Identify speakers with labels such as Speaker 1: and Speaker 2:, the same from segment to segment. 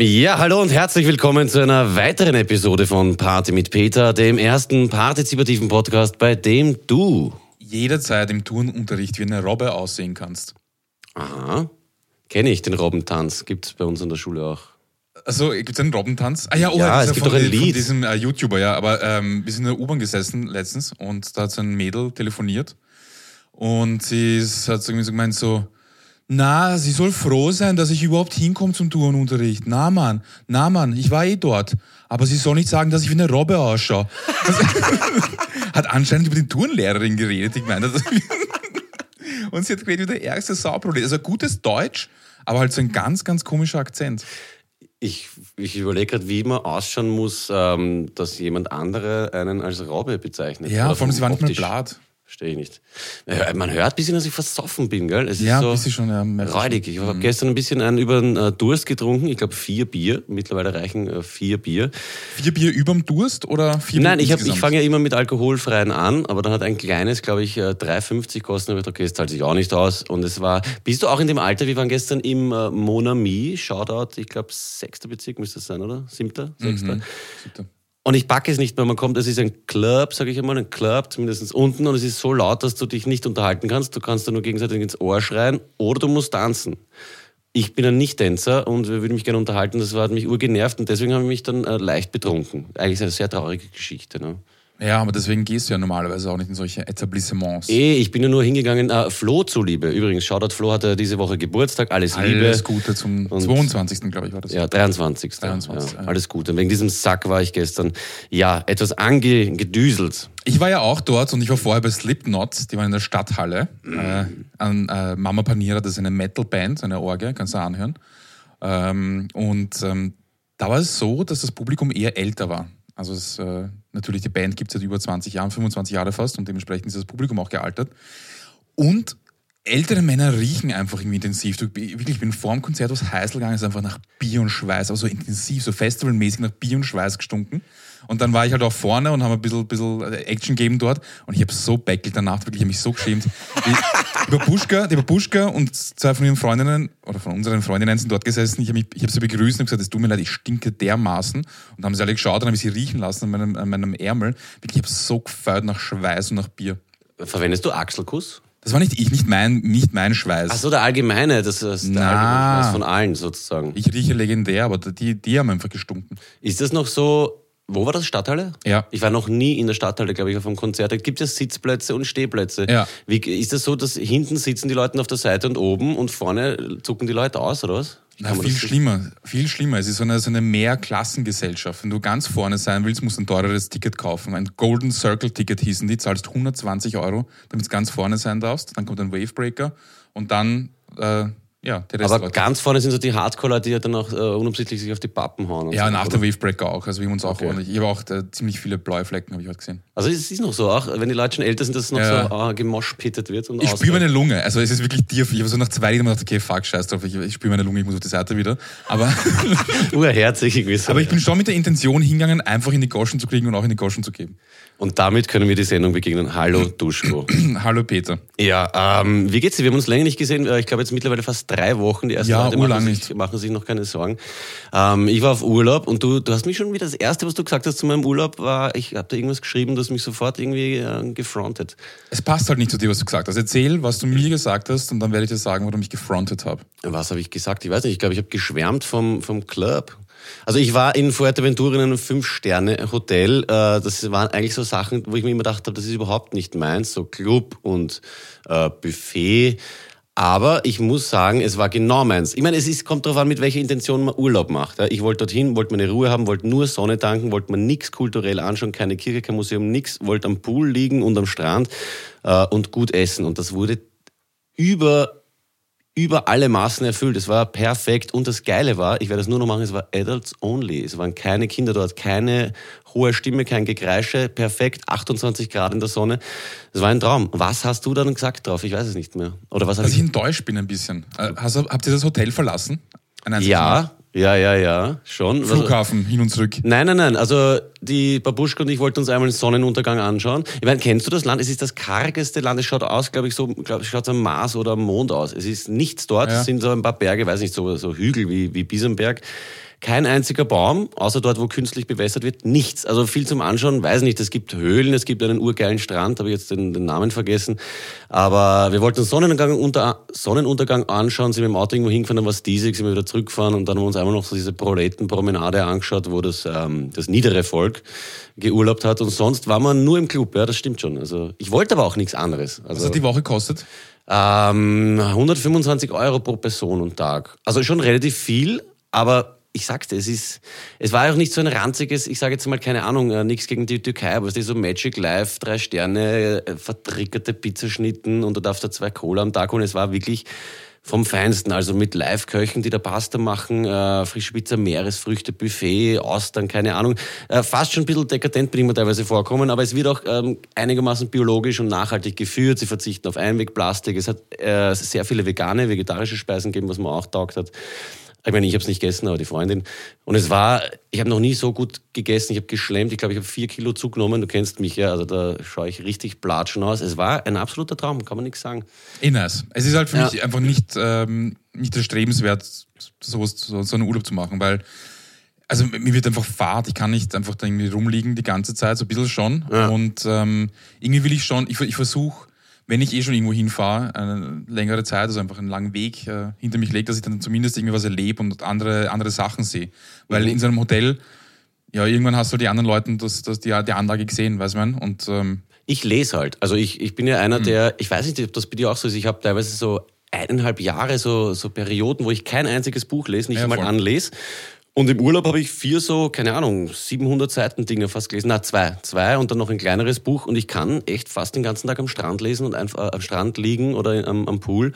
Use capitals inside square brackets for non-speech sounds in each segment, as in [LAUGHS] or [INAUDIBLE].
Speaker 1: Ja, hallo und herzlich willkommen zu einer weiteren Episode von Party mit Peter, dem ersten partizipativen Podcast, bei dem du.
Speaker 2: Jederzeit im Turnunterricht wie eine Robbe aussehen kannst.
Speaker 1: Aha. Kenne ich den Robbentanz, gibt's bei uns in der Schule auch.
Speaker 2: Also gibt es einen Robbentanz? Ah ja, oh,
Speaker 1: Ja, es
Speaker 2: das ist
Speaker 1: gibt
Speaker 2: von,
Speaker 1: doch ein
Speaker 2: die-
Speaker 1: Lied.
Speaker 2: von diesem äh, YouTuber, ja. Aber ähm, wir sind in der U-Bahn gesessen letztens und da hat so ein Mädel telefoniert und sie ist, hat so irgendwie so gemeint so, na, sie soll froh sein, dass ich überhaupt hinkomme zum Turnunterricht. Na Mann, na Mann, ich war eh dort. Aber sie soll nicht sagen, dass ich wie eine Robbe ausschaue. [LAUGHS] Das hat anscheinend über die Turnlehrerin geredet. Ich meine, das [LAUGHS] und sie hat geredet wie der ärgste Sauproblem. Also gutes Deutsch, aber halt so ein ganz, ganz komischer Akzent.
Speaker 1: Ich, ich überlege gerade, wie man ausschauen muss, ähm, dass jemand andere einen als Robbe bezeichnet.
Speaker 2: Ja,
Speaker 1: Oder
Speaker 2: vor allem, sie
Speaker 1: vom
Speaker 2: war nicht mehr
Speaker 1: optisch.
Speaker 2: blatt.
Speaker 1: Verstehe ich nicht. Äh, Man hört ein bisschen, dass ich versoffen bin, gell? Es
Speaker 2: Ja,
Speaker 1: ist so
Speaker 2: bist du schon, ähm, mhm. ja, merk ich
Speaker 1: räudig. Ich habe gestern ein bisschen einen über den äh, Durst getrunken. Ich glaube, vier Bier. Mittlerweile reichen äh, vier Bier.
Speaker 2: Vier Bier überm Durst oder vier
Speaker 1: Nein,
Speaker 2: Bier
Speaker 1: ich, hab- ich
Speaker 2: insgesamt?
Speaker 1: fange ja immer mit alkoholfreien an, aber dann hat ein kleines, glaube ich, äh, 3,50 kosten. Ich dachte, okay, das zahlt sich auch nicht aus. Und es war, bist du auch in dem Alter, wir waren gestern im äh, Monami, Shoutout, ich glaube, sechster Bezirk müsste es sein, oder? Siebter? Sechster?
Speaker 2: Siebter.
Speaker 1: Und ich packe es nicht mehr. Man kommt, es ist ein Club, sage ich einmal, ein Club, zumindest unten. Und es ist so laut, dass du dich nicht unterhalten kannst. Du kannst da nur gegenseitig ins Ohr schreien oder du musst tanzen. Ich bin ein Nicht-Tänzer und würde mich gerne unterhalten. Das war, hat mich urgenervt und deswegen habe ich mich dann äh, leicht betrunken. Eigentlich eine sehr traurige Geschichte. Ne?
Speaker 2: Ja, aber deswegen gehst du ja normalerweise auch nicht in solche Etablissements.
Speaker 1: Eh, ich bin ja nur hingegangen, äh, Flo zuliebe. Übrigens, Shoutout Flo hatte diese Woche Geburtstag. Alles,
Speaker 2: Alles
Speaker 1: Liebe.
Speaker 2: Gute zum
Speaker 1: Und-
Speaker 2: 22. glaube ich war das.
Speaker 1: Ja, 23.
Speaker 2: 23,
Speaker 1: ja.
Speaker 2: ja.
Speaker 1: Alles gut. Und wegen diesem Sack war ich gestern, ja, etwas angedüselt.
Speaker 2: Ich war ja auch dort und ich war vorher bei Slipknot, die waren in der Stadthalle.
Speaker 1: Mm.
Speaker 2: Äh, an, äh, Mama Panera, das ist eine Metal-Band, eine Orgel, kannst du anhören. Ähm, und ähm, da war es so, dass das Publikum eher älter war. Also es, äh, natürlich, die Band gibt es seit über 20 Jahren, 25 Jahre fast und dementsprechend ist das Publikum auch gealtert. Und ältere Männer riechen einfach irgendwie intensiv. Du, wirklich, ich bin vor dem Konzert aus Heißel gegangen, es ist einfach nach Bier und Schweiß, aber so intensiv, so festivalmäßig nach Bier und Schweiß gestunken. Und dann war ich halt auch vorne und haben ein bisschen, bisschen Action gegeben dort. Und ich habe so beckelt danach, wirklich, ich habe mich so geschämt. Die, die Babuschka, die Babuschka und zwei von ihren Freundinnen oder von unseren Freundinnen sind dort gesessen. Ich habe mich- ich habe sie begrüßt und gesagt, es tut mir leid, ich stinke dermaßen. Und haben sie alle geschaut und habe ich sie riechen lassen an meinem, an meinem Ärmel. Wirklich, ich habe so gefeiert nach Schweiß und nach Bier.
Speaker 1: Verwendest du Achselkuss?
Speaker 2: Das war nicht ich, nicht mein, nicht mein Schweiß.
Speaker 1: Ach so, der allgemeine, das ist der
Speaker 2: Na.
Speaker 1: allgemeine Schweiß von allen sozusagen.
Speaker 2: Ich rieche legendär, aber die, die haben einfach gestunken.
Speaker 1: Ist das noch so, wo war das, Stadthalle?
Speaker 2: Ja.
Speaker 1: Ich war noch nie in der Stadthalle, glaube ich, auf einem Konzert. Da gibt es Sitzplätze und Stehplätze.
Speaker 2: Ja.
Speaker 1: Wie, ist das so, dass hinten sitzen die Leute auf der Seite und oben und vorne zucken die Leute aus, oder was? Wie
Speaker 2: Na,
Speaker 1: kann man
Speaker 2: viel
Speaker 1: das-
Speaker 2: schlimmer, viel schlimmer. Es ist so eine, so eine Mehrklassengesellschaft. Wenn du ganz vorne sein willst, musst du ein teureres Ticket kaufen. Ein Golden Circle Ticket hießen die, zahlst 120 Euro, damit du ganz vorne sein darfst. Dann kommt ein Wavebreaker und dann, äh, ja, der Rest
Speaker 1: Aber
Speaker 2: Leute.
Speaker 1: ganz vorne sind so die Hardcore, die ja dann auch äh, unabsichtlich sich auf die Pappen hauen. und
Speaker 2: Ja,
Speaker 1: so,
Speaker 2: nach
Speaker 1: oder?
Speaker 2: dem Wavebreaker auch. Also wir haben uns auch
Speaker 1: Okay.
Speaker 2: ordentlich. Ich habe auch äh, ziemlich viele blaue Flecken, habe ich heute gesehen.
Speaker 1: Also es ist noch so, auch wenn die Leute schon älter sind, dass es noch
Speaker 2: Ja.
Speaker 1: so ah, gemoschpittet wird. Und
Speaker 2: Ich spüre
Speaker 1: ausgeht.
Speaker 2: meine Lunge. Also es ist wirklich tief. Ich habe so nach zwei Liedern gedacht, okay, fuck, scheiß drauf. Ich, ich spüre meine Lunge, ich muss auf die Seite wieder. [LAUGHS] Aber...
Speaker 1: Urherzig irgendwie so.
Speaker 2: Aber ich bin schon mit der Intention hingegangen, einfach in die Goschen zu kriegen und auch in die Goschen zu geben. [CLEARS THROAT]
Speaker 1: und damit können wir die Sendung begegnen. Hallo Duschko.
Speaker 2: Hallo Peter.
Speaker 1: Ja, ähm, wie geht's dir? Wir haben uns länger nicht gesehen. Äh, Ich glaube jetzt mittlerweile fast drei Wochen. Die ersten
Speaker 2: Ja,
Speaker 1: Leute machen
Speaker 2: urlang
Speaker 1: sich, machen sich noch keine Sorgen. Ähm, ich war auf Urlaub und du, du hast mich schon wieder das Erste, was du gesagt hast zu meinem Urlaub, war, ich habe da irgendwas geschrieben, das mich sofort irgendwie äh, gefrontet.
Speaker 2: Es passt halt nicht zu dir, was du gesagt hast. Erzähl, was du mir gesagt hast und dann werde ich dir sagen, wo du mich gefrontet habe.
Speaker 1: Was habe ich gesagt? Ich weiß nicht. Ich glaube, ich habe geschwärmt vom, vom Club. Also ich war in Fuerteventura in einem Fünf-Sterne-Hotel. Äh, Das waren eigentlich so Sachen, wo ich mir immer gedacht habe, das ist überhaupt nicht meins. So Club und äh, Buffet. Aber ich muss sagen, es war genau meins. Ich meine, es ist, kommt darauf an, mit welcher Intention man Urlaub macht. Ja, Ich wollte dorthin, wollte meine Ruhe haben, wollte nur Sonne tanken, wollte mir nichts kulturell anschauen, keine Kirche, kein Museum, nichts, wollte am Pool liegen und am Strand äh, und gut essen. Und das wurde über über alle Maßen erfüllt. Es war perfekt und das Geile war, ich werde das nur noch machen, es war Adults Only. Es waren keine Kinder dort, keine hohe Stimme, kein Gekreische, perfekt, 28 Grad in der Sonne. Es war ein Traum. Was hast du dann gesagt drauf? Ich weiß es nicht mehr. Oder was habe
Speaker 2: Dass Also ich
Speaker 1: ich?
Speaker 2: enttäuscht bin ein bisschen. Äh, Hast, du- habt ihr das Hotel verlassen? Ein einziges Mal?
Speaker 1: Ja, ja, ja, ja, schon. Also-
Speaker 2: Flughafen, hin und zurück.
Speaker 1: Nein, nein, nein. Also die Babuschka und ich wollten uns einmal den Sonnenuntergang anschauen. Ich meine, kennst du das Land? Es ist das kargeste Land. Es schaut aus, glaube ich, so, glaube ich, schaut am Mars oder am Mond aus. Es ist nichts dort.
Speaker 2: Ja.
Speaker 1: Es sind so ein paar Berge, weiß nicht, so, so Hügel wie, wie Biesenberg. Kein einziger Baum, außer dort, wo künstlich bewässert wird, nichts. Also viel zum Anschauen, weiß nicht. Es gibt Höhlen, es gibt einen urgeilen Strand, habe ich jetzt den, den Namen vergessen. Aber wir wollten uns Sonnenuntergang, unter, Sonnenuntergang anschauen, sind mit dem Auto irgendwo hingefahren, dann war es diesig, sind wir wieder zurückgefahren und dann haben wir uns einmal noch so diese Proletenpromenade angeschaut, wo das, ähm, das niedere Volk geurlaubt hat. Und sonst war man nur im Club, ja, das stimmt schon. Also ich wollte aber auch nichts anderes. Also
Speaker 2: Was hat Also die Woche kostet?
Speaker 1: Ähm, 125 Euro pro Person und Tag. Also schon relativ viel, aber ich sag's dir, es ist, es war auch nicht so ein ranziges, ich sage jetzt mal, keine Ahnung, äh, nichts gegen die Türkei, aber es ist so Magic Life, drei Sterne, äh, vertrickerte Pizzaschnitten und du darfst da zwei Cola am Tag holen. Es war wirklich vom Feinsten, also mit Live-Köchen, die da Pasta machen, äh, frische Pizza, Meeresfrüchte, Buffet, Austern, keine Ahnung. Äh, fast schon ein bisschen dekadent bin ich mir teilweise vorkommen, aber es wird auch ähm, einigermaßen biologisch und nachhaltig geführt. Sie verzichten auf Einwegplastik. Es hat äh, sehr viele vegane, vegetarische Speisen gegeben, was mir auch taugt hat. Ich meine, ich habe es nicht gegessen, aber die Freundin. Und es war, ich habe noch nie so gut gegessen. Ich habe geschlemmt. Ich glaube, ich habe vier Kilo zugenommen. Du kennst mich ja, also da schaue ich richtig platschen aus. Es war ein absoluter Traum, kann man nichts sagen.
Speaker 2: Innas. Es ist halt für
Speaker 1: Ja.
Speaker 2: mich einfach nicht, ähm, nicht erstrebenswert, sowas, so, so einen Urlaub zu machen, weil, also mir wird einfach fad, ich kann nicht einfach da irgendwie rumliegen die ganze Zeit, so ein bisschen schon.
Speaker 1: Ja.
Speaker 2: Und ähm, irgendwie will ich schon, ich, ich versuche, wenn ich eh schon irgendwo hinfahre, eine längere Zeit, also einfach einen langen Weg äh, hinter mich lege, dass ich dann zumindest irgendwie was erlebe und andere, andere Sachen sehe. Weil
Speaker 1: Mhm.
Speaker 2: in so einem Hotel, ja, irgendwann hast du die anderen Leuten das, das, die, die Anlage gesehen, weiß man. Und ähm,
Speaker 1: Ich lese halt. Also ich, ich bin ja
Speaker 2: Hm.
Speaker 1: einer, der, ich weiß nicht, ob das bei dir auch so ist, ich habe teilweise so eineinhalb Jahre so, so Perioden, wo ich kein einziges Buch lese, nicht
Speaker 2: Ja,
Speaker 1: einmal
Speaker 2: voll.
Speaker 1: anlese. Und im Urlaub habe ich vier so, keine Ahnung, 700 Seiten Dinge fast gelesen. Na, zwei. Zwei und dann noch ein kleineres Buch. Und ich kann echt fast den ganzen Tag am Strand lesen und einfach am Strand liegen oder am, am Pool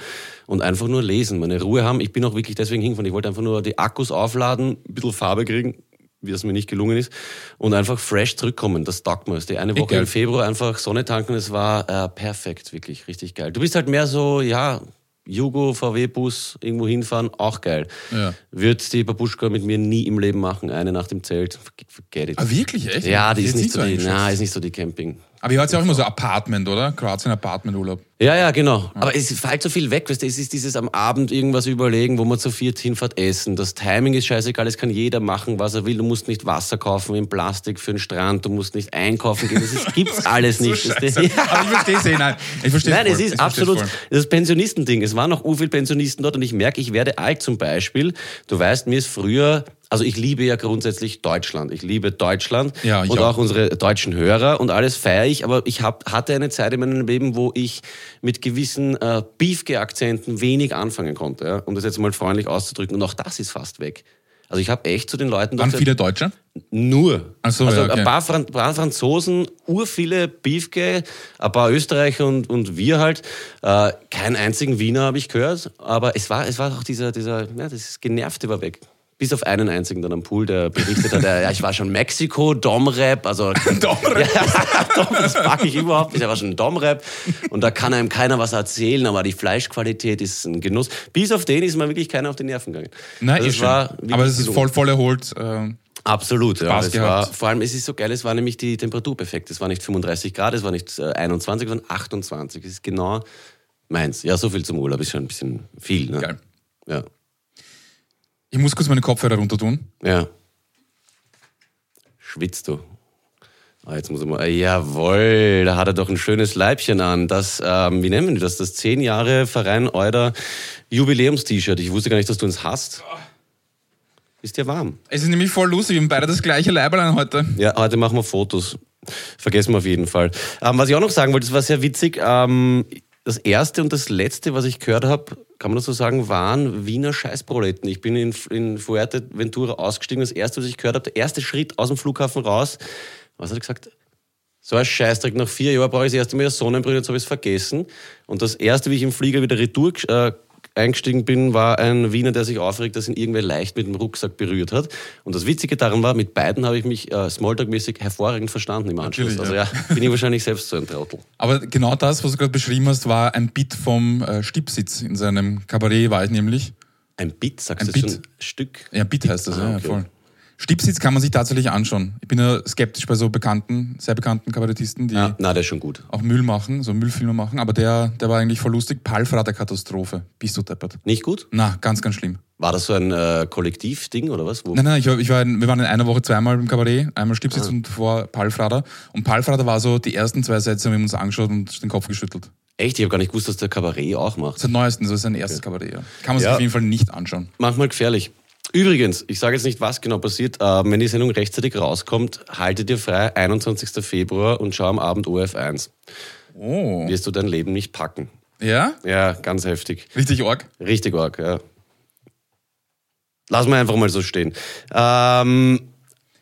Speaker 1: und einfach nur lesen, meine Ruhe haben. Ich bin auch wirklich deswegen hingefahren. Ich wollte einfach nur die Akkus aufladen, ein bisschen Farbe kriegen, wie es mir nicht gelungen ist, und einfach fresh zurückkommen. Das taugt mir. Das ist die eine Woche
Speaker 2: Egal.
Speaker 1: im Februar einfach Sonne tanken, es war äh, perfekt, wirklich richtig geil. Du bist halt mehr so, ja, Jugo, VW-Bus, irgendwo hinfahren, auch geil.
Speaker 2: Ja.
Speaker 1: Wird die Babuschka mit mir nie im Leben machen, eine nach dem Zelt, forget it.
Speaker 2: ah, wirklich, echt?
Speaker 1: ja, die
Speaker 2: Ich
Speaker 1: ist
Speaker 2: hätte
Speaker 1: nicht, so die,
Speaker 2: eingeschätzt.
Speaker 1: na, ist nicht so die Camping.
Speaker 2: Aber ihr hört ja auch immer so Apartment, oder?
Speaker 1: [LAUGHS]
Speaker 2: Kroatien Apartmenturlaub.
Speaker 1: Ja, ja, genau. Aber es fällt so viel weg, weißt du, es ist dieses am Abend irgendwas überlegen, wo man zu viert hinfährt, essen. Das Timing ist scheißegal, es kann jeder machen, was er will. Du musst nicht Wasser kaufen in Plastik für den Strand, du musst nicht einkaufen gehen. Das ist,
Speaker 2: [LAUGHS]
Speaker 1: gibt's alles nicht.
Speaker 2: So
Speaker 1: weißt du?
Speaker 2: scheiße.
Speaker 1: [LAUGHS]
Speaker 2: [LAUGHS] Aber ich verstehe es eh, nein. Ich verstehe
Speaker 1: Nein,
Speaker 2: voll.
Speaker 1: es ist
Speaker 2: Ich versteh's
Speaker 1: absolut
Speaker 2: voll.
Speaker 1: das Pensionistending. Es waren noch u viel Pensionisten dort und ich merke, ich werde alt zum Beispiel. Du weißt, mir ist früher, also ich liebe ja grundsätzlich Deutschland. Ich liebe Deutschland
Speaker 2: Ja, ich
Speaker 1: und
Speaker 2: auch.
Speaker 1: auch unsere deutschen Hörer und alles feiere ich. Aber ich hab, hatte eine Zeit in meinem Leben, wo ich mit gewissen äh, Beefke-Akzenten wenig anfangen konnte, ja? um das jetzt mal freundlich auszudrücken. Und auch das ist fast weg. Also ich habe echt zu den Leuten
Speaker 2: Waren
Speaker 1: gesagt,
Speaker 2: viele Deutsche?
Speaker 1: [LAUGHS] nur.
Speaker 2: Ach so,
Speaker 1: also
Speaker 2: ja, okay.
Speaker 1: ein paar, Fran paar Franzosen, urviele Beefke, ein paar Österreicher und, und wir halt. Äh, keinen einzigen Wiener habe ich gehört, aber es war, es war auch dieser, dieser ja, das Genervte war weg. Bis auf einen einzigen dann am Pool, der berichtet hat, [LAUGHS] er, ja, ich war schon in Mexiko, Domrap, also
Speaker 2: [LAUGHS] Domrep.
Speaker 1: [LAUGHS] Ja, Dom, das mag ich überhaupt nicht, er war schon in Domrap und da kann einem keiner was erzählen, aber die Fleischqualität ist ein Genuss. Bis auf den ist mir wirklich keiner auf die Nerven gegangen.
Speaker 2: Nein,
Speaker 1: Also
Speaker 2: eh
Speaker 1: es
Speaker 2: schon.
Speaker 1: war wirklich
Speaker 2: Aber es ist
Speaker 1: gelungen.
Speaker 2: voll, voll erholt. ähm,
Speaker 1: Absolut, ja.
Speaker 2: Spaß
Speaker 1: es
Speaker 2: gehabt.
Speaker 1: war, vor allem, es ist so geil, es war nämlich die Temperatur perfekt. Es war nicht 35 Grad, es war nicht äh, 21, sondern 28. Es ist genau meins. Ja, so viel zum Urlaub ist schon ein bisschen viel. Ne?
Speaker 2: Geil.
Speaker 1: Ja.
Speaker 2: Ich muss kurz meine Kopfhörer runter tun.
Speaker 1: ja. Schwitzt du. Ah, jetzt muss ich mal. ah, Jawohl, da hat er doch ein schönes Leibchen an. Das, ähm, wie nennen wir das? Das 10 Jahre Verein Euder Jubiläums-T-Shirt. Ich wusste gar nicht, dass du uns hast. Ist dir warm?
Speaker 2: Es ist nämlich voll lustig, wir haben beide das gleiche Leiberlein heute.
Speaker 1: Ja, heute machen wir Fotos. Vergessen wir auf jeden Fall. Ähm, was ich auch noch sagen wollte, das war sehr witzig. Ähm, das erste und das letzte, was ich gehört habe, kann man das so sagen, waren Wiener Scheißproleten. Ich bin in, in Fuerteventura ausgestiegen. Das erste, was ich gehört habe, der erste Schritt aus dem Flughafen raus, was hat er gesagt? So ein Scheißdreck, nach vier Jahren brauche ich das erste Mal eine Sonnenbrille, jetzt habe ich es vergessen. Und das erste, wie ich im Flieger wieder retour gesch- äh, eingestiegen bin, war ein Wiener, der sich aufregt, dass ihn irgendwer leicht mit dem Rucksack berührt hat. Und das Witzige daran war, mit beiden habe ich mich äh, Smalltalk-mäßig hervorragend verstanden im Anschluss.
Speaker 2: Natürlich,
Speaker 1: Also
Speaker 2: ja.
Speaker 1: ja, bin ich wahrscheinlich selbst so ein Trottel.
Speaker 2: Aber genau das, was du gerade beschrieben hast, war ein Bit vom äh, Stipsitz in seinem Kabarett, war ich nämlich.
Speaker 1: Ein Bit, sagst
Speaker 2: Ein
Speaker 1: du
Speaker 2: Bit?
Speaker 1: schon? Stück?
Speaker 2: Ja, Bit heißt das,
Speaker 1: Ah,
Speaker 2: ja,
Speaker 1: okay.
Speaker 2: voll. Stipsitz kann man sich tatsächlich anschauen. Ich bin ja skeptisch bei so bekannten, sehr bekannten Kabarettisten, die
Speaker 1: Ja. Na, der ist schon gut.
Speaker 2: auch Müll machen, so Müllfilme machen, aber der, der war eigentlich voll lustig. Palfrader-Katastrophe. Bist du deppert?
Speaker 1: Nicht gut?
Speaker 2: Na, ganz, ganz schlimm.
Speaker 1: War das so ein äh, Kollektivding oder was? Wo
Speaker 2: Nein, nein, ich war, ich war in, wir waren in einer Woche zweimal im Kabarett, einmal Stipsitz und vor Palfrader. Und Palfrader war so die ersten zwei Sätze, haben wir uns angeschaut und den Kopf geschüttelt.
Speaker 1: Echt? Ich habe gar nicht gewusst, dass der Kabarett auch macht.
Speaker 2: Das ist am neuesten, so ist sein erstes Kabarett. Ja. Kann man sich
Speaker 1: Ja.
Speaker 2: auf jeden Fall nicht anschauen.
Speaker 1: Manchmal gefährlich. Übrigens, ich sage jetzt nicht, was genau passiert. Äh, wenn die Sendung rechtzeitig rauskommt, haltet ihr frei 21. Februar und schau am Abend OF1.
Speaker 2: Oh.
Speaker 1: Wirst du dein Leben nicht packen.
Speaker 2: Ja?
Speaker 1: Ja, ganz heftig.
Speaker 2: Richtig arg.
Speaker 1: Richtig arg, ja. Lass mal einfach mal so stehen. Ähm,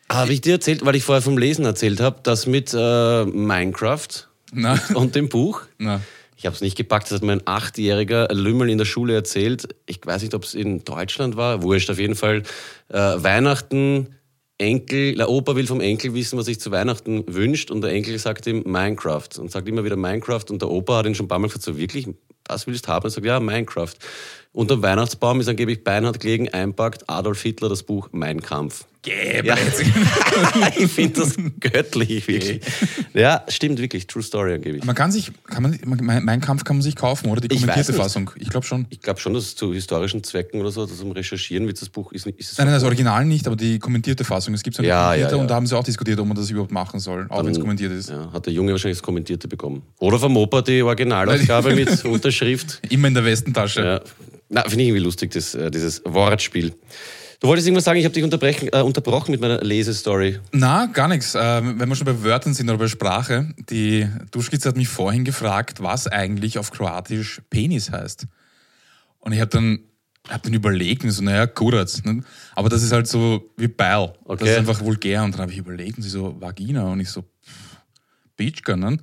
Speaker 1: habe ich dir erzählt, weil ich vorher vom Lesen erzählt habe, das mit äh, Minecraft
Speaker 2: Na,
Speaker 1: und dem Buch?
Speaker 2: na.
Speaker 1: Ich habe es nicht gepackt, das hat mein achtjähriger Lümmel in der Schule erzählt. Ich weiß nicht, ob es in Deutschland war, wurscht auf jeden Fall. Äh, Weihnachten, Enkel, der Opa will vom Enkel wissen, was sich zu Weihnachten wünscht und der Enkel sagt ihm Minecraft und sagt immer wieder Minecraft und der Opa hat ihn schon ein paar Mal gefragt, so wirklich, das willst du haben? Er sagt, ja, Minecraft. Unter dem Weihnachtsbaum ist angeblich beinhart gelegen, einpackt Adolf Hitler das Buch Mein Kampf.
Speaker 2: Gäbe.
Speaker 1: Ja. [LAUGHS] ich finde das göttlich, wirklich. Ja, stimmt wirklich, true story angeblich.
Speaker 2: Man kann sich, kann man, mein, mein Kampf kann man sich kaufen, oder? Die
Speaker 1: Ich weiß
Speaker 2: kommentierte
Speaker 1: nicht.
Speaker 2: Fassung. Ich glaube schon.
Speaker 1: Ich glaube schon, dass es zu historischen Zwecken oder so, zum Recherchieren wird das Buch, ist, nicht- ist es
Speaker 2: Nein, nein, das Original nicht, aber die kommentierte Fassung. Es gibt so eine
Speaker 1: Ja,
Speaker 2: kommentierte
Speaker 1: ja, ja.
Speaker 2: und da haben sie auch diskutiert, ob man das überhaupt machen soll, auch wenn es kommentiert ist.
Speaker 1: ja, hat der Junge wahrscheinlich das Kommentierte bekommen. Oder vom Opa die Originalausgabe mit
Speaker 2: [LAUGHS]
Speaker 1: Unterschrift.
Speaker 2: Immer in der Westentasche.
Speaker 1: Ja. Na, finde ich irgendwie lustig, das, äh, dieses Wortspiel. Du wolltest irgendwas sagen, ich habe dich unterbrechen, äh, unterbrochen mit meiner Lesestory.
Speaker 2: Na, gar nichts. Ähm, wenn wir schon bei Wörtern sind oder bei Sprache, die Duschkitz hat mich vorhin gefragt, was eigentlich auf Kroatisch Penis heißt. Und ich habe dann, hab dann überlegt, und so, naja, Kurac. Ne? Aber das ist halt so wie Beil.
Speaker 1: Okay.
Speaker 2: Das ist einfach vulgär. Und dann habe ich überlegt, und sie so, Vagina. Und ich so, pff, Bitchka, ne?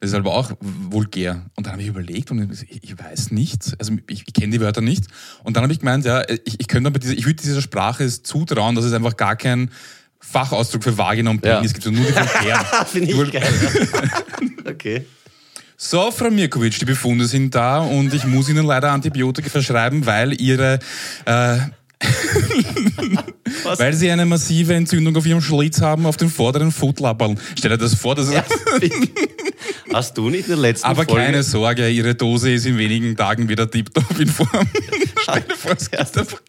Speaker 2: Das ist aber auch vulgär. Und dann habe ich überlegt und ich, ich weiß nicht, also ich, ich kenne die Wörter nicht. Und dann habe ich gemeint, ja, ich, ich könnte aber diese, ich würde dieser Sprache es zutrauen, dass es einfach gar kein Fachausdruck für Vagina und Penis
Speaker 1: Ja.
Speaker 2: gibt, sondern nur die vulgären.
Speaker 1: [LAUGHS] Finde ich geil. okay.
Speaker 2: So, Frau Mirkovic, die Befunde sind da und ich muss Ihnen leider Antibiotika verschreiben, weil Ihre, äh, [LAUGHS]
Speaker 1: Was?
Speaker 2: weil Sie eine massive Entzündung auf Ihrem Schlitz haben, auf den vorderen Footlappern. Stell dir das vor, das
Speaker 1: Hast du nicht in der letzten
Speaker 2: aber
Speaker 1: Folge...
Speaker 2: [LAUGHS] keine Sorge, Ihre Dose ist in wenigen Tagen wieder tiptop in Form. Stell dir vor, es gibt einfach-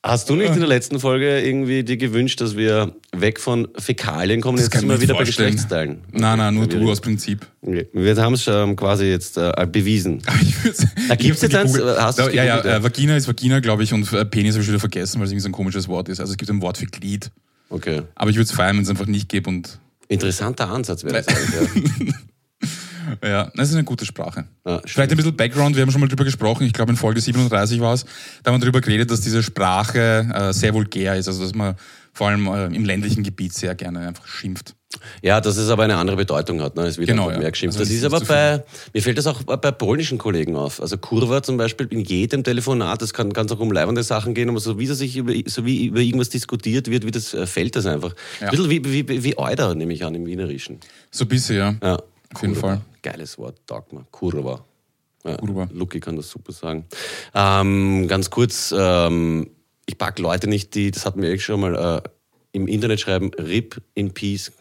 Speaker 1: Hast du nicht in der letzten Folge irgendwie dir gewünscht, dass wir weg von Fäkalien kommen?
Speaker 2: Das
Speaker 1: jetzt
Speaker 2: kann
Speaker 1: sind
Speaker 2: ich
Speaker 1: wir
Speaker 2: mir
Speaker 1: wieder
Speaker 2: vorstellen.
Speaker 1: bei Geschlechtsteilen.
Speaker 2: Nein, nein, nur
Speaker 1: Okay,
Speaker 2: du aus Prinzip. [LAUGHS]
Speaker 1: Okay. Wir haben es ähm, quasi jetzt äh, bewiesen.
Speaker 2: Ich würd's- ich hab's
Speaker 1: gibt's jetzt eins,
Speaker 2: gegoogelt.
Speaker 1: hast
Speaker 2: da,
Speaker 1: du's
Speaker 2: ja, ja,
Speaker 1: gegoogelt, ja.
Speaker 2: äh, Vagina ist Vagina, glaube ich, und äh, Penis habe ich wieder vergessen, weil es irgendwie so ein komisches Wort ist. Also es gibt ein Wort für Glied.
Speaker 1: Okay.
Speaker 2: Aber ich würde es feiern, wenn es einfach nicht gibt und
Speaker 1: Interessanter Ansatz wäre das eigentlich.
Speaker 2: Ja, das ist eine gute Sprache.
Speaker 1: Ja, Ah, stimmt.
Speaker 2: Vielleicht ein bisschen Background, wir haben schon mal drüber gesprochen, ich glaube in Folge 37 war es, da haben wir drüber geredet, dass diese Sprache äh, sehr vulgär ist, also dass man vor allem äh, im ländlichen Gebiet sehr gerne einfach schimpft.
Speaker 1: Ja. ja, dass es aber eine andere Bedeutung hat. Ne? Es wird
Speaker 2: Genau,
Speaker 1: einfach
Speaker 2: ja.
Speaker 1: mehr geschimpft.
Speaker 2: Also
Speaker 1: das
Speaker 2: nicht
Speaker 1: ist aber
Speaker 2: zu viel.
Speaker 1: bei, mir fällt das auch bei polnischen Kollegen auf. Also Kurva zum Beispiel in jedem Telefonat, das kann ganz auch um leibende Sachen gehen, aber so wie das sich über, so wie über irgendwas diskutiert wird, wie das äh, fällt das einfach.
Speaker 2: Ja.
Speaker 1: Ein bisschen wie, wie, wie, wie Euder, nehme ich an, im Wienerischen.
Speaker 2: So ein bisschen, ja.
Speaker 1: Ja.
Speaker 2: Auf jeden
Speaker 1: Kurwa.
Speaker 2: Fall.
Speaker 1: Geiles Wort, taugt mir. Kurva. Ja,
Speaker 2: Kurwa.
Speaker 1: Lucky kann das super sagen. Ähm, ganz kurz, ähm, ich pack Leute nicht, die, das hatten wir eh schon mal, äh, im Internet schreiben, RIP in Peace.